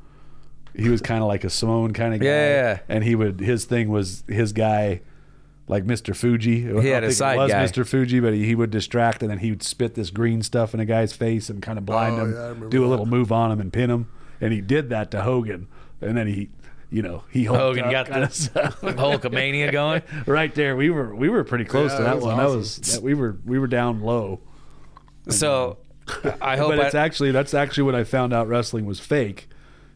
S2: He was kind of like a Simone kind of guy.
S1: Yeah, yeah, yeah.
S2: And he would his thing was his guy. Like Mr. Fuji,
S1: had
S2: I
S1: a
S2: don't think
S1: side
S2: it was
S1: guy.
S2: Mr. Fuji, but he, he would distract, and then he would spit this green stuff in a guy's face and kind of blind
S3: Oh,
S2: him,
S3: yeah, I remember
S2: do a
S3: that.
S2: little move on him and pin him, and he did that to Hogan, and then he, you know, he hulked
S1: Hogan
S2: up
S1: got
S2: kinda
S1: the Hulkamania going.
S2: right there. We were we were pretty close
S3: Yeah,
S2: to
S3: that
S2: that
S3: was
S2: one. That was that we were we were down low.
S1: So I hope
S2: But it's
S1: I,
S2: actually that's actually when I found out wrestling was fake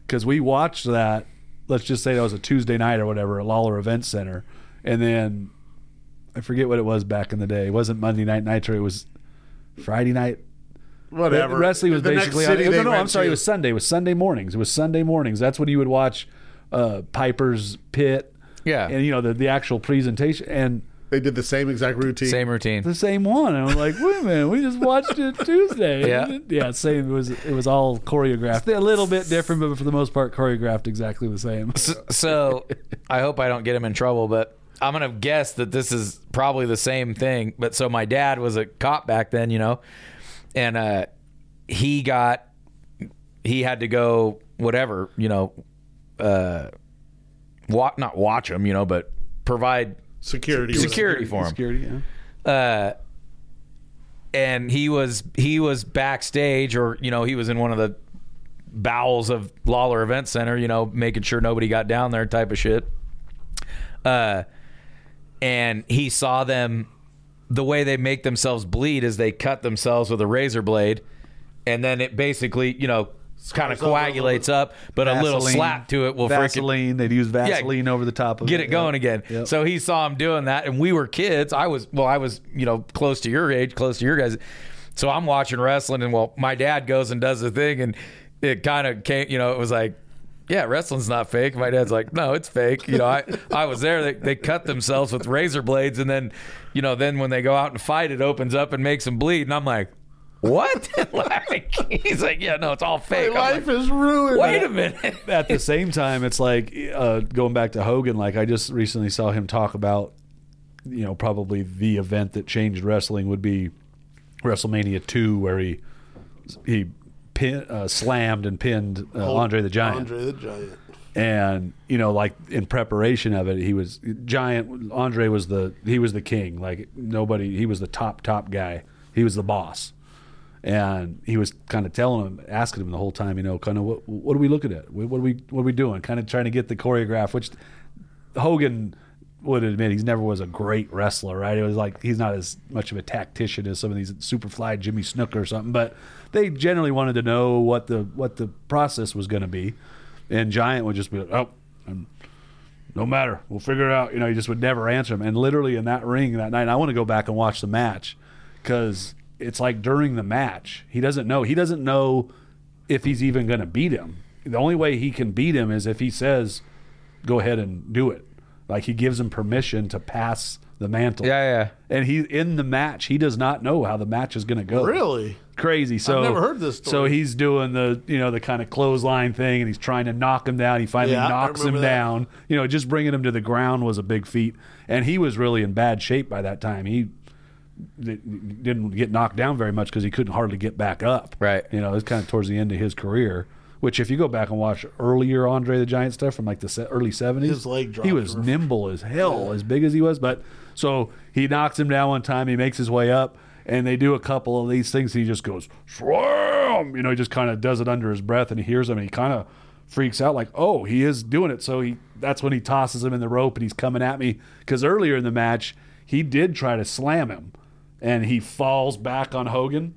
S2: because we watched that. Let's just say that was a Tuesday night or whatever at Lawler Event Center, and then I forget what it was back in the day. It wasn't Monday Night Nitro. It was Friday night.
S3: whatever.
S2: Wrestling was
S3: The next
S2: basically
S3: city
S2: on,
S3: they
S2: no, no.
S3: went
S2: I'm sorry.
S3: to.
S2: It was Sunday. It was Sunday mornings. It was Sunday mornings. That's when you would watch uh, Piper's Pit.
S1: Yeah.
S2: and you know the the actual presentation and.
S3: They did the same exact routine.
S1: same routine.
S2: the same one. And I'm like, wait a minute, we just watched it Tuesday.
S1: Yeah.
S2: yeah, same. It was it was all choreographed, a little bit different, but for the most part, choreographed exactly the same.
S1: S- So I hope I don't get him in trouble, but I'm gonna guess that this is probably the same thing. But so my dad was a cop back then, you know, and uh, he got he had to go whatever you know, uh, walk not watch him, you know, but provide
S3: security. was-
S1: security for him.
S2: Security, yeah.
S1: and he was he was backstage or you know he was in one of the bowels of Lawler Event Center, you know, making sure nobody got down there type of shit. Uh and he saw them the way they make themselves bleed is they cut themselves with a razor blade and then it basically, you know, kind of
S3: Scars up a little
S1: coagulates up, but a little
S2: Vaseline-
S1: slap to it will freaking
S2: Vaseline. They'd use Vaseline over the top of
S1: get
S2: it.
S1: it going again.
S2: Yep.
S1: So he saw him doing that, and we were kids. I was well, I was you know close to your age, close to your guys. So I'm watching wrestling, and well, my dad goes and does the thing, and it kind of came. You know, it was like. Yeah, wrestling's not fake. My dad's like, no, it's fake. You know, I, I was there. They, they cut themselves with razor blades, and then, you know, then when they go out and fight, it opens up and makes them bleed. And I'm like, what? like, he's like, yeah, no, it's all fake. I'm
S3: Life
S1: like,
S3: is ruined.
S1: Wait a minute.
S2: At the same time, it's like uh, going back to Hogan. Like I just recently saw him talk about, you know, probably the event that changed wrestling would be WrestleMania two, where he he pin, uh, slammed and pinned uh, Andre the Giant.
S3: Andre the Giant.
S2: and you know like in preparation of it he was giant andre was the he was the king like nobody he was the top top guy he was the boss and he was kind of telling him asking him the whole time you know kind of what what are we looking at what what are we what are we doing kind of trying to get the choreograph which hogan would admit he's never was a great wrestler right it was like he's not as much of a tactician as some of these superfly jimmy snooker or something but they generally wanted to know what the what the process was going to be and Giant would just be like, "Oh, I'm, no matter, we'll figure it out." You know, he just would never answer him. And literally in that ring that night, I want to go back and watch the match because it's like during the match, he doesn't know. He doesn't know if he's even going to beat him. The only way he can beat him is if he says, "Go ahead and do it." Like he gives him permission to pass the mantle.
S1: Yeah, yeah.
S2: And he in the match, he does not know how the match is going to go
S3: Really?
S2: crazy. So
S3: never heard this story.
S2: So he's doing the you know the kind of clothesline thing, and he's trying to knock him down. He finally
S3: Yeah, I
S2: knocks him
S3: remember that.
S2: down. You know, just bringing him to the ground was a big feat, and he was really in bad shape by that time. He th- didn't get knocked down very much because he couldn't hardly get back up.
S1: Right.
S2: You know, it's kind of towards the end of his career. Which, if you go back and watch earlier Andre the Giant stuff from like the se- early seventies,
S3: His leg dropped
S2: he was
S3: or-
S2: nimble as hell, as big as he was. But so he knocks him down one time. He makes his way up, and they do a couple of these things. And he just goes slam. You know, he just kind of does it under his breath, and he hears him, and he kind of freaks out, like, "Oh, he is doing it." So he that's when he tosses him in the rope, and he's coming at me because earlier in the match he did try to slam him, and he falls back on Hogan.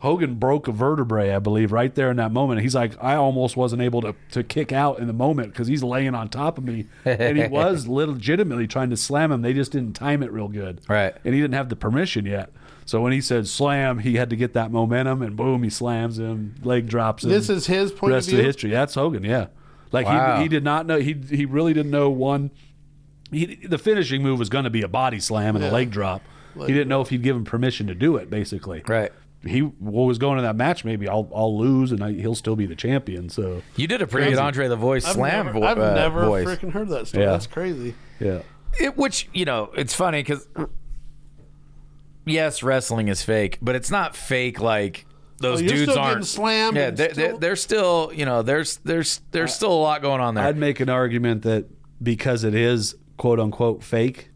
S2: Hogan broke a vertebrae, I believe, right there in that moment. He's like, I almost wasn't able to, to kick out in the moment because he's laying on top of me. And he was legitimately trying to slam him. They just didn't time it real good.
S1: Right.
S2: And he didn't have the permission yet. So when he said slam, he had to get that momentum and boom, he slams him, leg drops him.
S3: This is his point
S2: Rest
S3: of
S2: of,
S3: view.
S2: history. That's Hogan, yeah. Like
S1: Wow.
S2: he, he did not know, he, he really didn't know one. He, the finishing move was going to be a body slam and a
S3: Yeah.
S2: leg drop. he didn't know if he'd give him permission to do it, basically
S1: Right.
S2: he was going to that match, maybe I'll I'll lose and I, he'll still be the champion. So
S1: You did a pretty good Andre the Voice slam
S3: I've
S1: vo-
S3: never, I've
S1: uh,
S3: never
S1: voice.
S3: freaking heard that story.
S2: Yeah.
S3: That's crazy.
S2: yeah,
S1: It, which you know, it's funny because yes, wrestling is fake, but it's not fake like those
S3: Oh, you're
S1: dudes
S3: still
S1: aren't
S3: getting slammed
S1: Yeah,
S3: and
S1: they're,
S3: still-
S1: they're, they're still you know there's there's there's still a lot going on there.
S2: I'd make an argument that because it is quote unquote fake,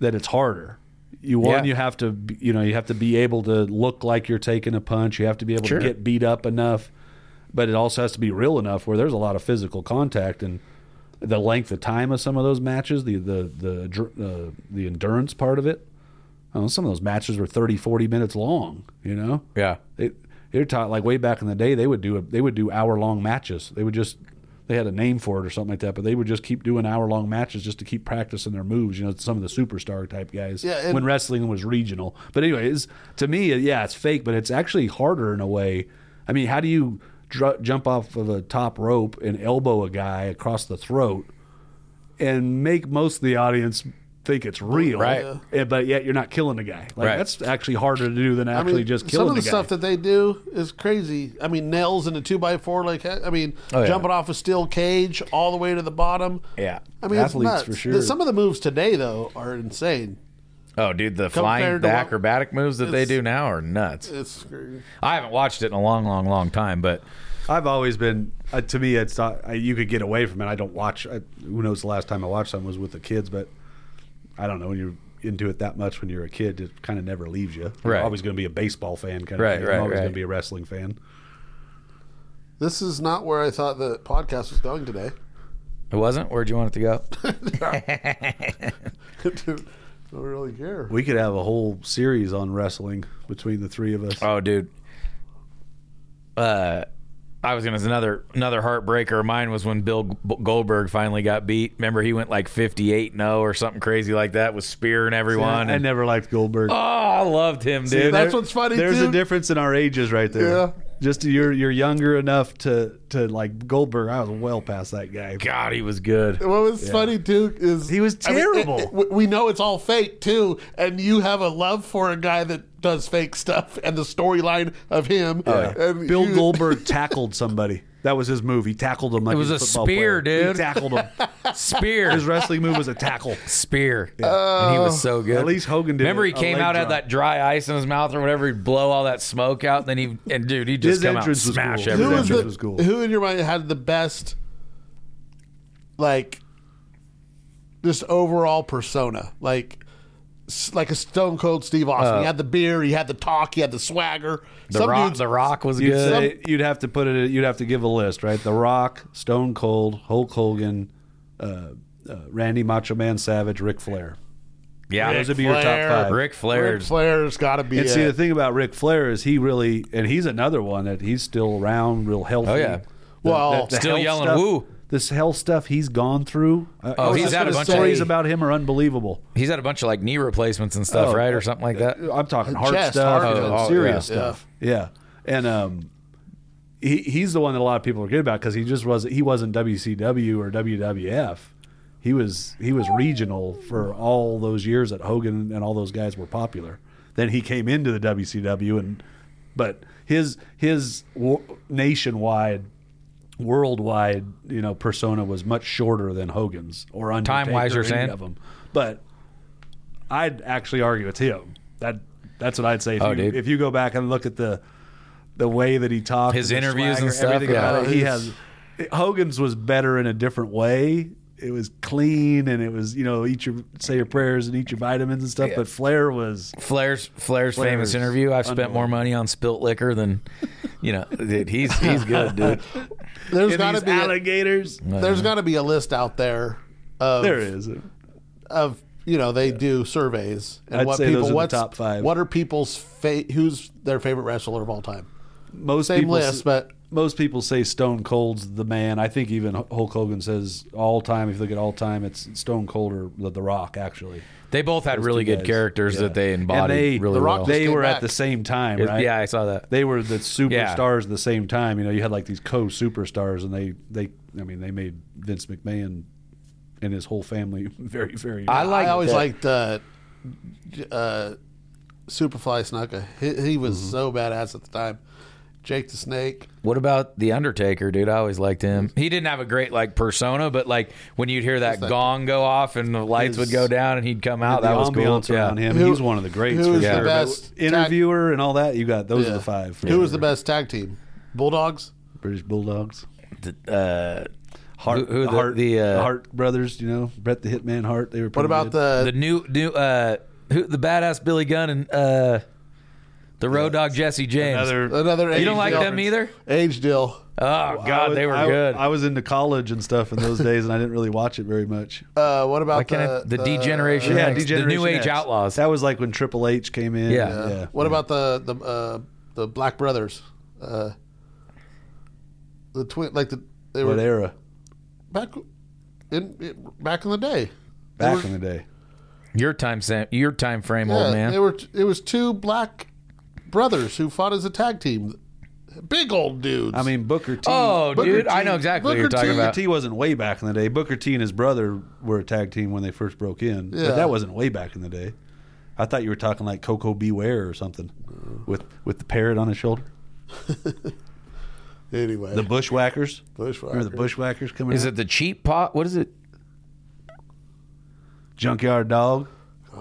S2: that it's harder. You one,
S1: Yeah.
S2: you have to be- you know you have to be able to look like you're taking a punch. You have to be able
S1: Sure.
S2: to get beat up enough, but it also has to be real enough where there's a lot of physical contact and the length of time of some of those matches, the the the dr- uh, the endurance part of it. I don't know, some of those matches were 30, 40 minutes long. You know.
S1: yeah,
S2: They they're taught like way back in the day they would do a, they would do hour long matches. They would just they had a name for it or something like that, but they would just keep doing hour long matches just to keep practicing their moves. You know, some of the superstar type guys.
S3: Yeah, and-
S2: when wrestling was regional. But anyway, it's, to me, yeah, it's fake, but it's actually harder in a way. I mean, how do you dr- jump off of a top rope and elbow a guy across the throat? and make most of the audience think it's real,
S1: Right.
S2: eh, But yet you're not killing the guy. Like
S1: Right.
S2: that's actually harder to do than
S3: I
S2: actually
S3: mean,
S2: just
S3: some
S2: killing
S3: of the
S2: guy.
S3: stuff that they do is crazy. I mean, nails in a two by four, like I mean,
S2: Oh,
S1: yeah.
S3: jumping off a steel cage all the way to the bottom.
S1: yeah.
S3: I mean,
S2: Athletes,
S3: it's nuts.
S2: for sure.
S3: The- Some of the moves today, though, are insane.
S1: Oh, dude, the flying
S3: Compared to
S1: the
S3: what-
S1: acrobatic moves that they
S3: It's-
S1: do now are nuts.
S3: It's crazy.
S1: I haven't watched it in a long, long, long time, but
S2: I've always been uh, to me. It's not I, you could get away from it. I don't watch. I, who knows? The last time I watched something was with the kids, but I don't know when you're into it that much when you're a kid, it kind of never leaves you. You're
S1: Right.
S2: always going to be a baseball fan, kind
S1: Right,
S2: of. Thing.
S1: right,
S2: I'm always
S1: right.
S2: going to be a wrestling fan.
S3: This is not where I thought the podcast was going today.
S1: it wasn't. Where'd you want it to go?
S3: Don't really care.
S2: We could have a whole series on wrestling between the three of us.
S1: Oh, dude. Uh, I was gonna another another heartbreaker. Mine was when Bill G- Goldberg finally got beat. Remember, he went like fifty eight zero or something crazy like that with Spear and everyone.
S2: I
S1: and,
S2: never liked Goldberg.
S1: oh, I loved him, dude.
S3: that- that's what's funny,
S2: There's a
S3: dude.
S2: difference in our ages, right there.
S3: Yeah.
S2: Just you're you're younger enough to to like Goldberg. I was well past that guy.
S1: God, he was good.
S3: What was funny too is
S2: He was
S3: I mean, it-
S2: terrible.
S3: it- we- we know it's all fake too, and you have a love for a guy that does fake stuff and the storyline of him.
S1: Oh, Um,
S3: and
S2: Oh, Bill
S3: you-
S2: Goldberg tackled somebody. That was his move. He tackled him like
S1: It was
S2: he's
S1: a
S2: football
S1: spear,
S2: player.
S1: dude.
S2: He tackled him. his
S1: Spear.
S2: wrestling move was a tackle.
S1: Spear. and he was so good.
S2: At least Hogan did
S1: Remember, he
S2: a
S1: came
S2: leg
S1: out, had
S2: drop.
S1: that dry ice in his mouth or whatever. He'd blow all that smoke out. Then he, and dude, he'd just
S2: His
S1: come out and
S2: entrance was
S1: smash
S2: cool.
S3: who
S1: everything.
S3: was the,
S2: It was cool.
S3: who in your mind had the best like just overall persona like s- like a stone cold steve austin
S2: Uh,
S3: he had the beer he had the talk he had the swagger
S1: The, rock, the rock was
S2: You'd,
S1: good.
S2: say- you'd have to put it. You'd have to give a list, right? The Rock, Stone Cold, Hulk Hogan, uh, uh, Randy Macho Man Savage, Ric Flair.
S1: yeah.
S2: Those would be your top
S3: Flair.
S2: five.
S1: Rick
S3: Ric
S1: Flair's.
S3: flair's gotta be
S2: And see, the
S3: it.
S2: thing about Ric Flair is he really, and he's another one that he's still around, real healthy.
S1: Oh, yeah.
S2: The-
S3: Well,
S1: Still
S2: health
S1: yelling,
S2: stuff-
S1: "Woo."
S2: This health stuff he's gone through. uh, I- I
S1: Oh,
S2: was
S1: he's
S2: just
S1: had a
S2: gonna
S1: bunch
S2: say-
S1: of-
S2: stories about him are unbelievable.
S1: He's had a bunch of like knee replacements and stuff,
S2: Oh,
S1: right? Or something like that.
S2: I'm talking hard
S3: chest,
S2: stuff,
S3: heart
S2: and
S1: Uh, stuff.
S2: serious
S1: Yeah.
S2: stuff. Yeah. and um, he he's the one that a lot of people are good about because he just was he wasn't WCW or WWF. He was he was regional for all those years that Hogan and all those guys were popular. Then he came into the WCW and but his his wo- nationwide worldwide you know persona was much shorter than Hogan's or Undertaker
S1: Time-wise, you're
S2: or any
S1: saying?
S2: of them. But I'd actually argue it's him. That that's what I'd say. If,
S1: Oh,
S2: you,
S1: dude.
S2: if you go back and look at the the way that he talked,
S1: His
S2: the
S1: interviews and
S2: swagger,
S1: stuff,
S2: everything
S1: yeah.
S2: about it, he
S3: Oh,
S2: has Hogan's was better in a different way. It was clean and it was you know eat your say your prayers and eat your vitamins and stuff. But Flair was
S1: Flair's Flair's famous
S2: Flair's
S1: interview. I've spent more money on spilt liquor than, you know, dude, he's he's good, dude.
S3: there's
S2: in
S3: gotta
S2: these
S3: be a-
S2: alligators.
S3: there's gotta be a list out there of
S2: There is.
S3: of you know they do surveys and
S2: I'd
S3: what
S2: say those
S3: people
S2: are the
S3: what's
S2: top five.
S3: what are people's fa- who's their favorite wrestler of all time
S2: Most
S3: same
S2: people s-
S3: list but
S2: most people say Stone Cold's the man. I think even Hulk Hogan says all time. If you look at all time, it's Stone Cold or The, the Rock. Actually,
S1: They both had really
S2: two
S1: good
S2: guys.
S1: characters
S2: Yeah.
S1: that they embodied
S2: And they,
S1: really
S3: The Rock
S1: well.
S3: just
S2: they
S3: came
S2: were
S3: back.
S2: at the same time,
S1: It-
S2: right?
S1: Yeah, I saw that.
S2: they were the superstars at the same time. You know, you had like these co-superstars, and they they I mean they made Vince McMahon and his whole family very very.
S1: I like.
S3: I always
S1: that.
S3: liked uh, J- uh, Superfly Snuka. He, he
S1: Mm-hmm.
S3: was so badass at the time. Jake the Snake.
S1: What about the Undertaker, dude? I always liked him. He didn't have a great like persona, but like when you'd hear that gong go off and the lights would
S2: His-
S1: go down and he'd come out,
S2: the
S1: that was cool.
S2: ambiance
S1: Yeah.
S2: around him.
S3: Who-
S2: He's one of the greats.
S3: who
S2: for
S3: was the
S2: sure. But
S3: best
S2: interviewer and all that? You got those are
S3: Yeah.
S2: the five. for
S3: Who was the
S2: sure.
S3: best tag team? Bulldogs.
S2: British Bulldogs?
S1: Uh,
S2: Hart,
S1: Who- who the-
S2: the, Hart,
S1: the, uh,
S2: the Hart brothers, you know, Brett the Hitman Hart. They were.
S3: What about
S1: the
S3: the,
S1: new new uh, who the badass Billy Gunn and uh, the Road Dog Jesse James.
S3: another?
S1: you
S3: age
S1: don't like
S3: deal?
S1: them either?
S3: Age deal.
S1: Oh God, they were good.
S2: I was into college and stuff in those days, and I didn't really watch it very much.
S3: Uh, what about
S1: Can
S3: the,
S1: it- the, degeneration,
S2: yeah,
S1: X,
S2: Degeneration
S1: the new age
S2: X.
S1: outlaws.
S2: That was like when Triple H came in.
S1: Yeah.
S2: and- yeah.
S3: What about the the uh, the Black Brothers? Uh, the twin, like the they
S2: what
S3: were
S2: era?
S3: back in, in- back in the day. They
S2: Back
S3: were-
S2: in the day.
S1: your time, sa- your time frame,
S3: Yeah,
S1: old man.
S3: They were it was two black brothers who fought as a tag team. Big old dudes.
S2: I mean, Booker T.
S1: oh,
S2: Booker
S1: dude,
S2: T-
S1: I know exactly what
S3: Booker
S1: you're talking
S3: T-
S2: Booker
S1: about.
S2: T wasn't way back in the day. Booker T and his brother were a tag team when they first broke in,
S3: Yeah.
S2: but that wasn't way back in the day. I thought you were talking like Coco Beware or something, with with the parrot on his shoulder.
S3: anyway,
S2: The Bushwhackers. Remember the
S3: bushwhacker.
S2: Bushwhackers coming?
S1: Is
S2: out?
S1: it the cheap pot? What is it?
S2: Junkyard Dog?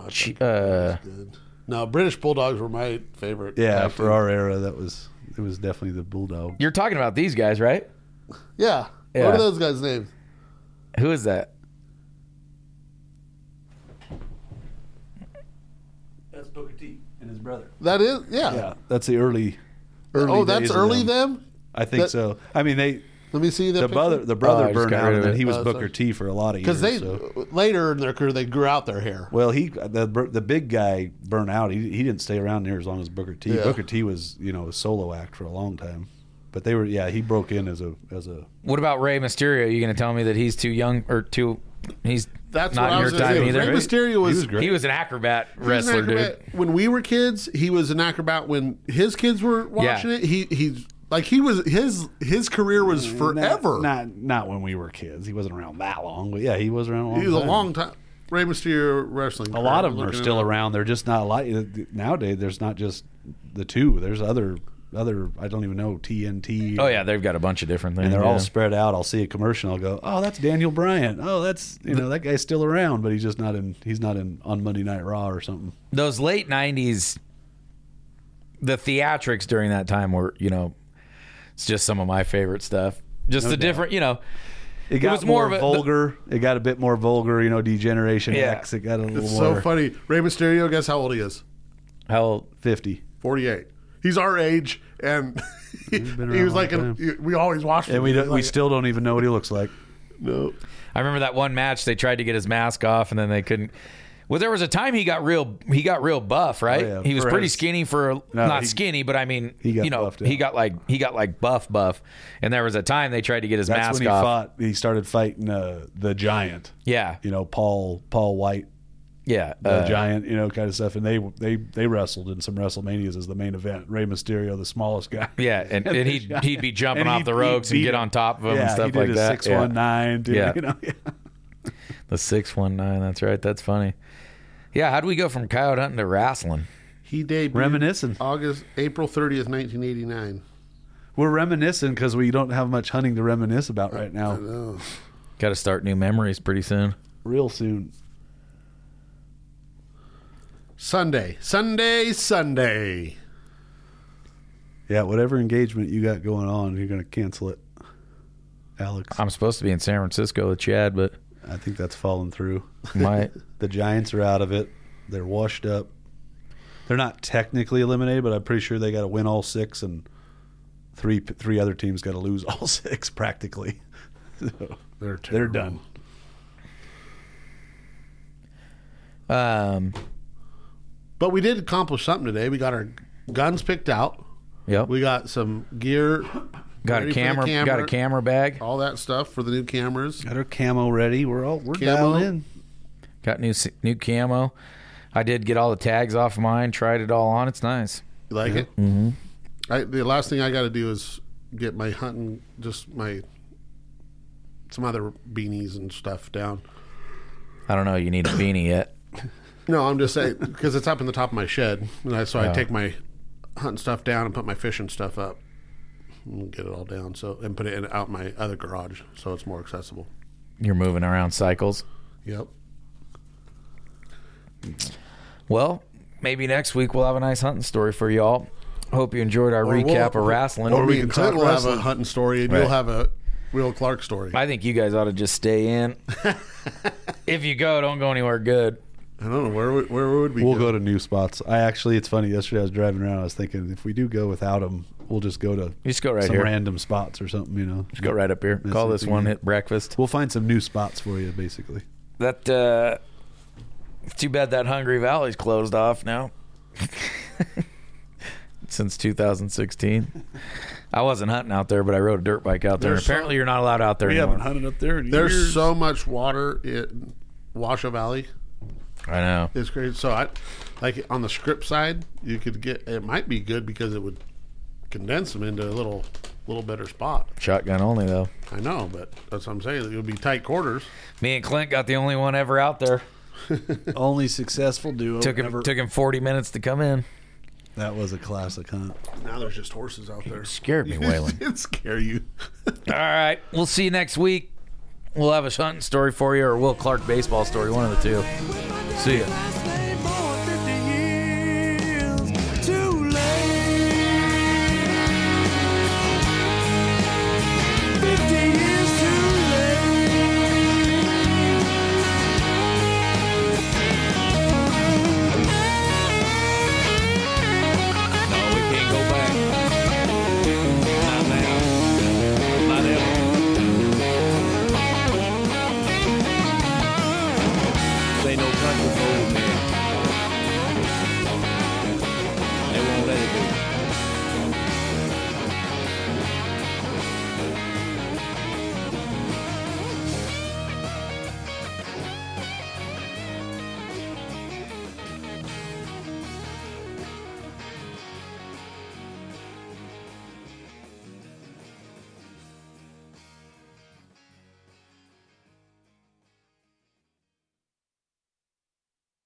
S1: Che- uh,
S3: Good. No, British bulldogs were my favorite.
S2: Yeah,
S3: tag
S2: for
S3: team.
S2: our era, that was it was definitely the Bulldog.
S1: you're talking about these guys, right?
S3: yeah.
S1: Yeah.
S3: What are those guys' names?
S1: Who is that?
S2: That's Booker T and his brother.
S3: That is yeah.
S2: Yeah, that's the early. early
S3: oh, that's
S2: days of
S3: early
S2: them.
S3: them.
S2: I think
S3: That-
S2: so. I mean, they
S3: Let me see that
S2: the
S3: picture.
S2: brother the brother
S1: Oh, I just
S2: burned
S1: got
S2: out,
S1: rid of
S2: and then
S1: it.
S2: he was
S3: Oh,
S2: Booker
S3: sorry.
S2: T for a lot of years.
S3: because they
S2: so-
S3: later in their career they grew out their hair.
S2: Well, he the the big guy burned out. He he didn't stay around near as long as Booker T.
S3: Yeah.
S2: Booker T was you know a solo act for a long time, but they were yeah he broke in as a as a
S1: What about Ray Mysterio? Are you going to tell me that he's too young or too? He's
S3: That's
S1: not
S3: what I
S1: in
S3: was
S1: your
S3: gonna
S1: time
S3: say.
S1: either.
S3: Rey Mysterio was,
S2: was great.
S1: He was an acrobat wrestler,
S3: He was an
S1: dude.
S3: acrobat. When we were kids, he was an acrobat. When his kids were watching
S1: Yeah.
S3: it, he he's like he was his his career was
S2: Not-
S3: forever.
S2: Not not when we were kids. He wasn't around that long, but yeah, he was around. A long
S3: he was a
S2: time.
S3: long time. Rey Mysterio wrestling.
S2: A lot
S3: card.
S2: of them are
S3: Looking it
S2: still
S3: up.
S2: around. They're just not like uh, nowadays. There's not just the two. There's other other. I don't even know TNT.
S1: Oh yeah, they've got a bunch of different things.
S2: and they're
S1: yeah.
S2: all spread out. I'll see a commercial. I'll go, oh, that's Daniel Bryan. Oh, that's you know that guy's still around, but he's just not in. He's not in on Monday Night Raw or something.
S1: those late '90s. The theatrics during that time were, you know, it's just some of my favorite stuff. Just the different, you know,
S2: It got
S1: was more
S2: more,
S1: of a-
S2: vulgar. it got a bit more vulgar. You know, Degeneration
S1: Yeah.
S2: X. It got a little
S3: It's
S2: more
S3: so funny. Rey Mysterio, guess how old he is?
S1: how old-
S2: fifty.
S3: 48. He's our age, and he,
S2: been
S3: he was
S2: around
S3: like,
S2: a
S3: an,
S2: long
S3: we always watched him.
S2: And we
S3: He was
S2: don't, we
S3: like-
S2: still don't even know what he looks like.
S3: no.
S1: I remember that one match they tried to get his mask off and then they couldn't. Well, there was a time he got real he got real buff, right?
S2: Oh, yeah.
S1: He was
S2: For
S1: pretty
S2: his-
S1: skinny for not
S2: he-
S1: skinny, but I mean,
S2: he got
S1: you know,
S2: buffed out.
S1: he got like he got like buff buff. And there was a time they tried to get his
S2: That's
S1: mask
S2: when he
S1: off.
S2: fought. He started fighting uh, the Giant.
S1: Yeah.
S2: You know, Paul Paul White,
S1: Yeah.
S2: the
S1: uh,
S2: Giant. You know, kind of stuff. And they they they wrestled in some WrestleManias as the main event. Rey Mysterio, the smallest guy.
S1: yeah, and, and he'd he'd be jumping
S2: And
S1: off
S2: he-
S1: the
S2: he
S1: ropes and
S2: beat
S1: get
S2: him.
S1: on top of him
S2: yeah,
S1: and stuff
S2: he did
S1: like
S2: a
S1: that.
S2: Six
S1: yeah.
S2: one nine.
S1: Yeah.
S2: You know, yeah.
S1: The six one nine. That's right. That's funny. Yeah. How do we go from coyote hunting to wrestling?
S3: He debuted
S2: Reminiscing.
S3: August, April 30th, 1989.
S2: We're reminiscing because we don't have much hunting to reminisce about right now.
S3: No.
S1: Got to start new memories pretty soon.
S2: Real soon.
S3: Sunday, Sunday, Sunday.
S2: Yeah, whatever engagement you got going on, you're going to cancel it, Alex.
S1: I'm supposed to be in San Francisco with Chad, but
S2: I think that's fallen through.
S1: my
S2: The Giants are out of it. They're washed up. They're not technically eliminated, but I'm pretty sure they got to win all six, and three three other teams got to lose all six practically. So,
S3: They're,
S2: they're
S3: terrible.
S2: done.
S1: um
S3: But we did accomplish something today. We got our guns picked out.
S1: Yep.
S3: We got some gear.
S1: got
S3: ready for
S1: a
S3: the
S1: camera, Got a camera bag.
S3: All that stuff for the new cameras.
S2: Got our camo ready. We're all we're
S3: Camo.
S2: dialed in.
S1: Got new s- new camo. I did get all the tags off mine. Tried it all on. It's nice.
S3: You like it? Mm-hmm. I, the last thing I got to do is get my hunting, just my some other beanies and stuff down.
S1: I don't know. You need a beanie yet?
S3: No, I'm just saying because it's up in the top of my shed, and I, so I take my hunting stuff down and put my fishing stuff up, and get it all down. So and put it in out my other garage, so it's more accessible.
S1: You're moving around cycles.
S3: Yep.
S1: Well, maybe next week we'll have a nice hunting story for y'all. Hope you enjoyed our
S3: we'll-
S1: recap of wrestling.
S3: Or we
S2: can
S3: can Clint
S2: talk
S3: will have
S2: wrestling.
S3: a hunting story, and
S1: Right.
S3: you'll have a Will Clark story. I,
S1: I think you guys ought to just stay in. if you go, don't go anywhere good.
S3: don't know where would- where would we
S2: We'll go to new spots. I actually, it's funny. Yesterday, I was driving around. I was thinking, if we do go without them, we'll just go to
S1: You just go right
S2: some
S1: here.
S2: random spots or something. You know,
S1: Just go right up here. Call this
S2: something
S1: one
S2: you-
S1: hit breakfast.
S2: we'll find some new spots for you, basically.
S1: That uh it's too bad that Hungry Valley's closed off now. Since 2016. I wasn't hunting out there, but I rode a dirt bike out there.
S3: There's
S1: Apparently you're not allowed out there anymore.
S2: hunted up there. In
S3: There's so much water in Washoe Valley.
S1: I know.
S3: It's crazy. So I like on the script side, you could get it might be good because it would condense them into a little little better spot.
S1: Shotgun only though.
S3: I know, but that's what I'm saying. It'll be tight quarters.
S1: Me and Clint got the only one ever out there.
S2: only successful duo.
S1: Took him
S2: ever.
S1: took him 40 minutes to come in.
S2: that was a classic hunt.
S3: Now there's just horses out there.
S1: Scared me, Waylon.
S3: It'd scare you.
S1: All right. We'll see you next week. We'll have a hunting story for you or a Will Clark baseball story, one of the two. See ya.
S4: Too late. Fifty years too late.
S5: No, we can't go back. Not now. Not ever. This ain't no country road, man.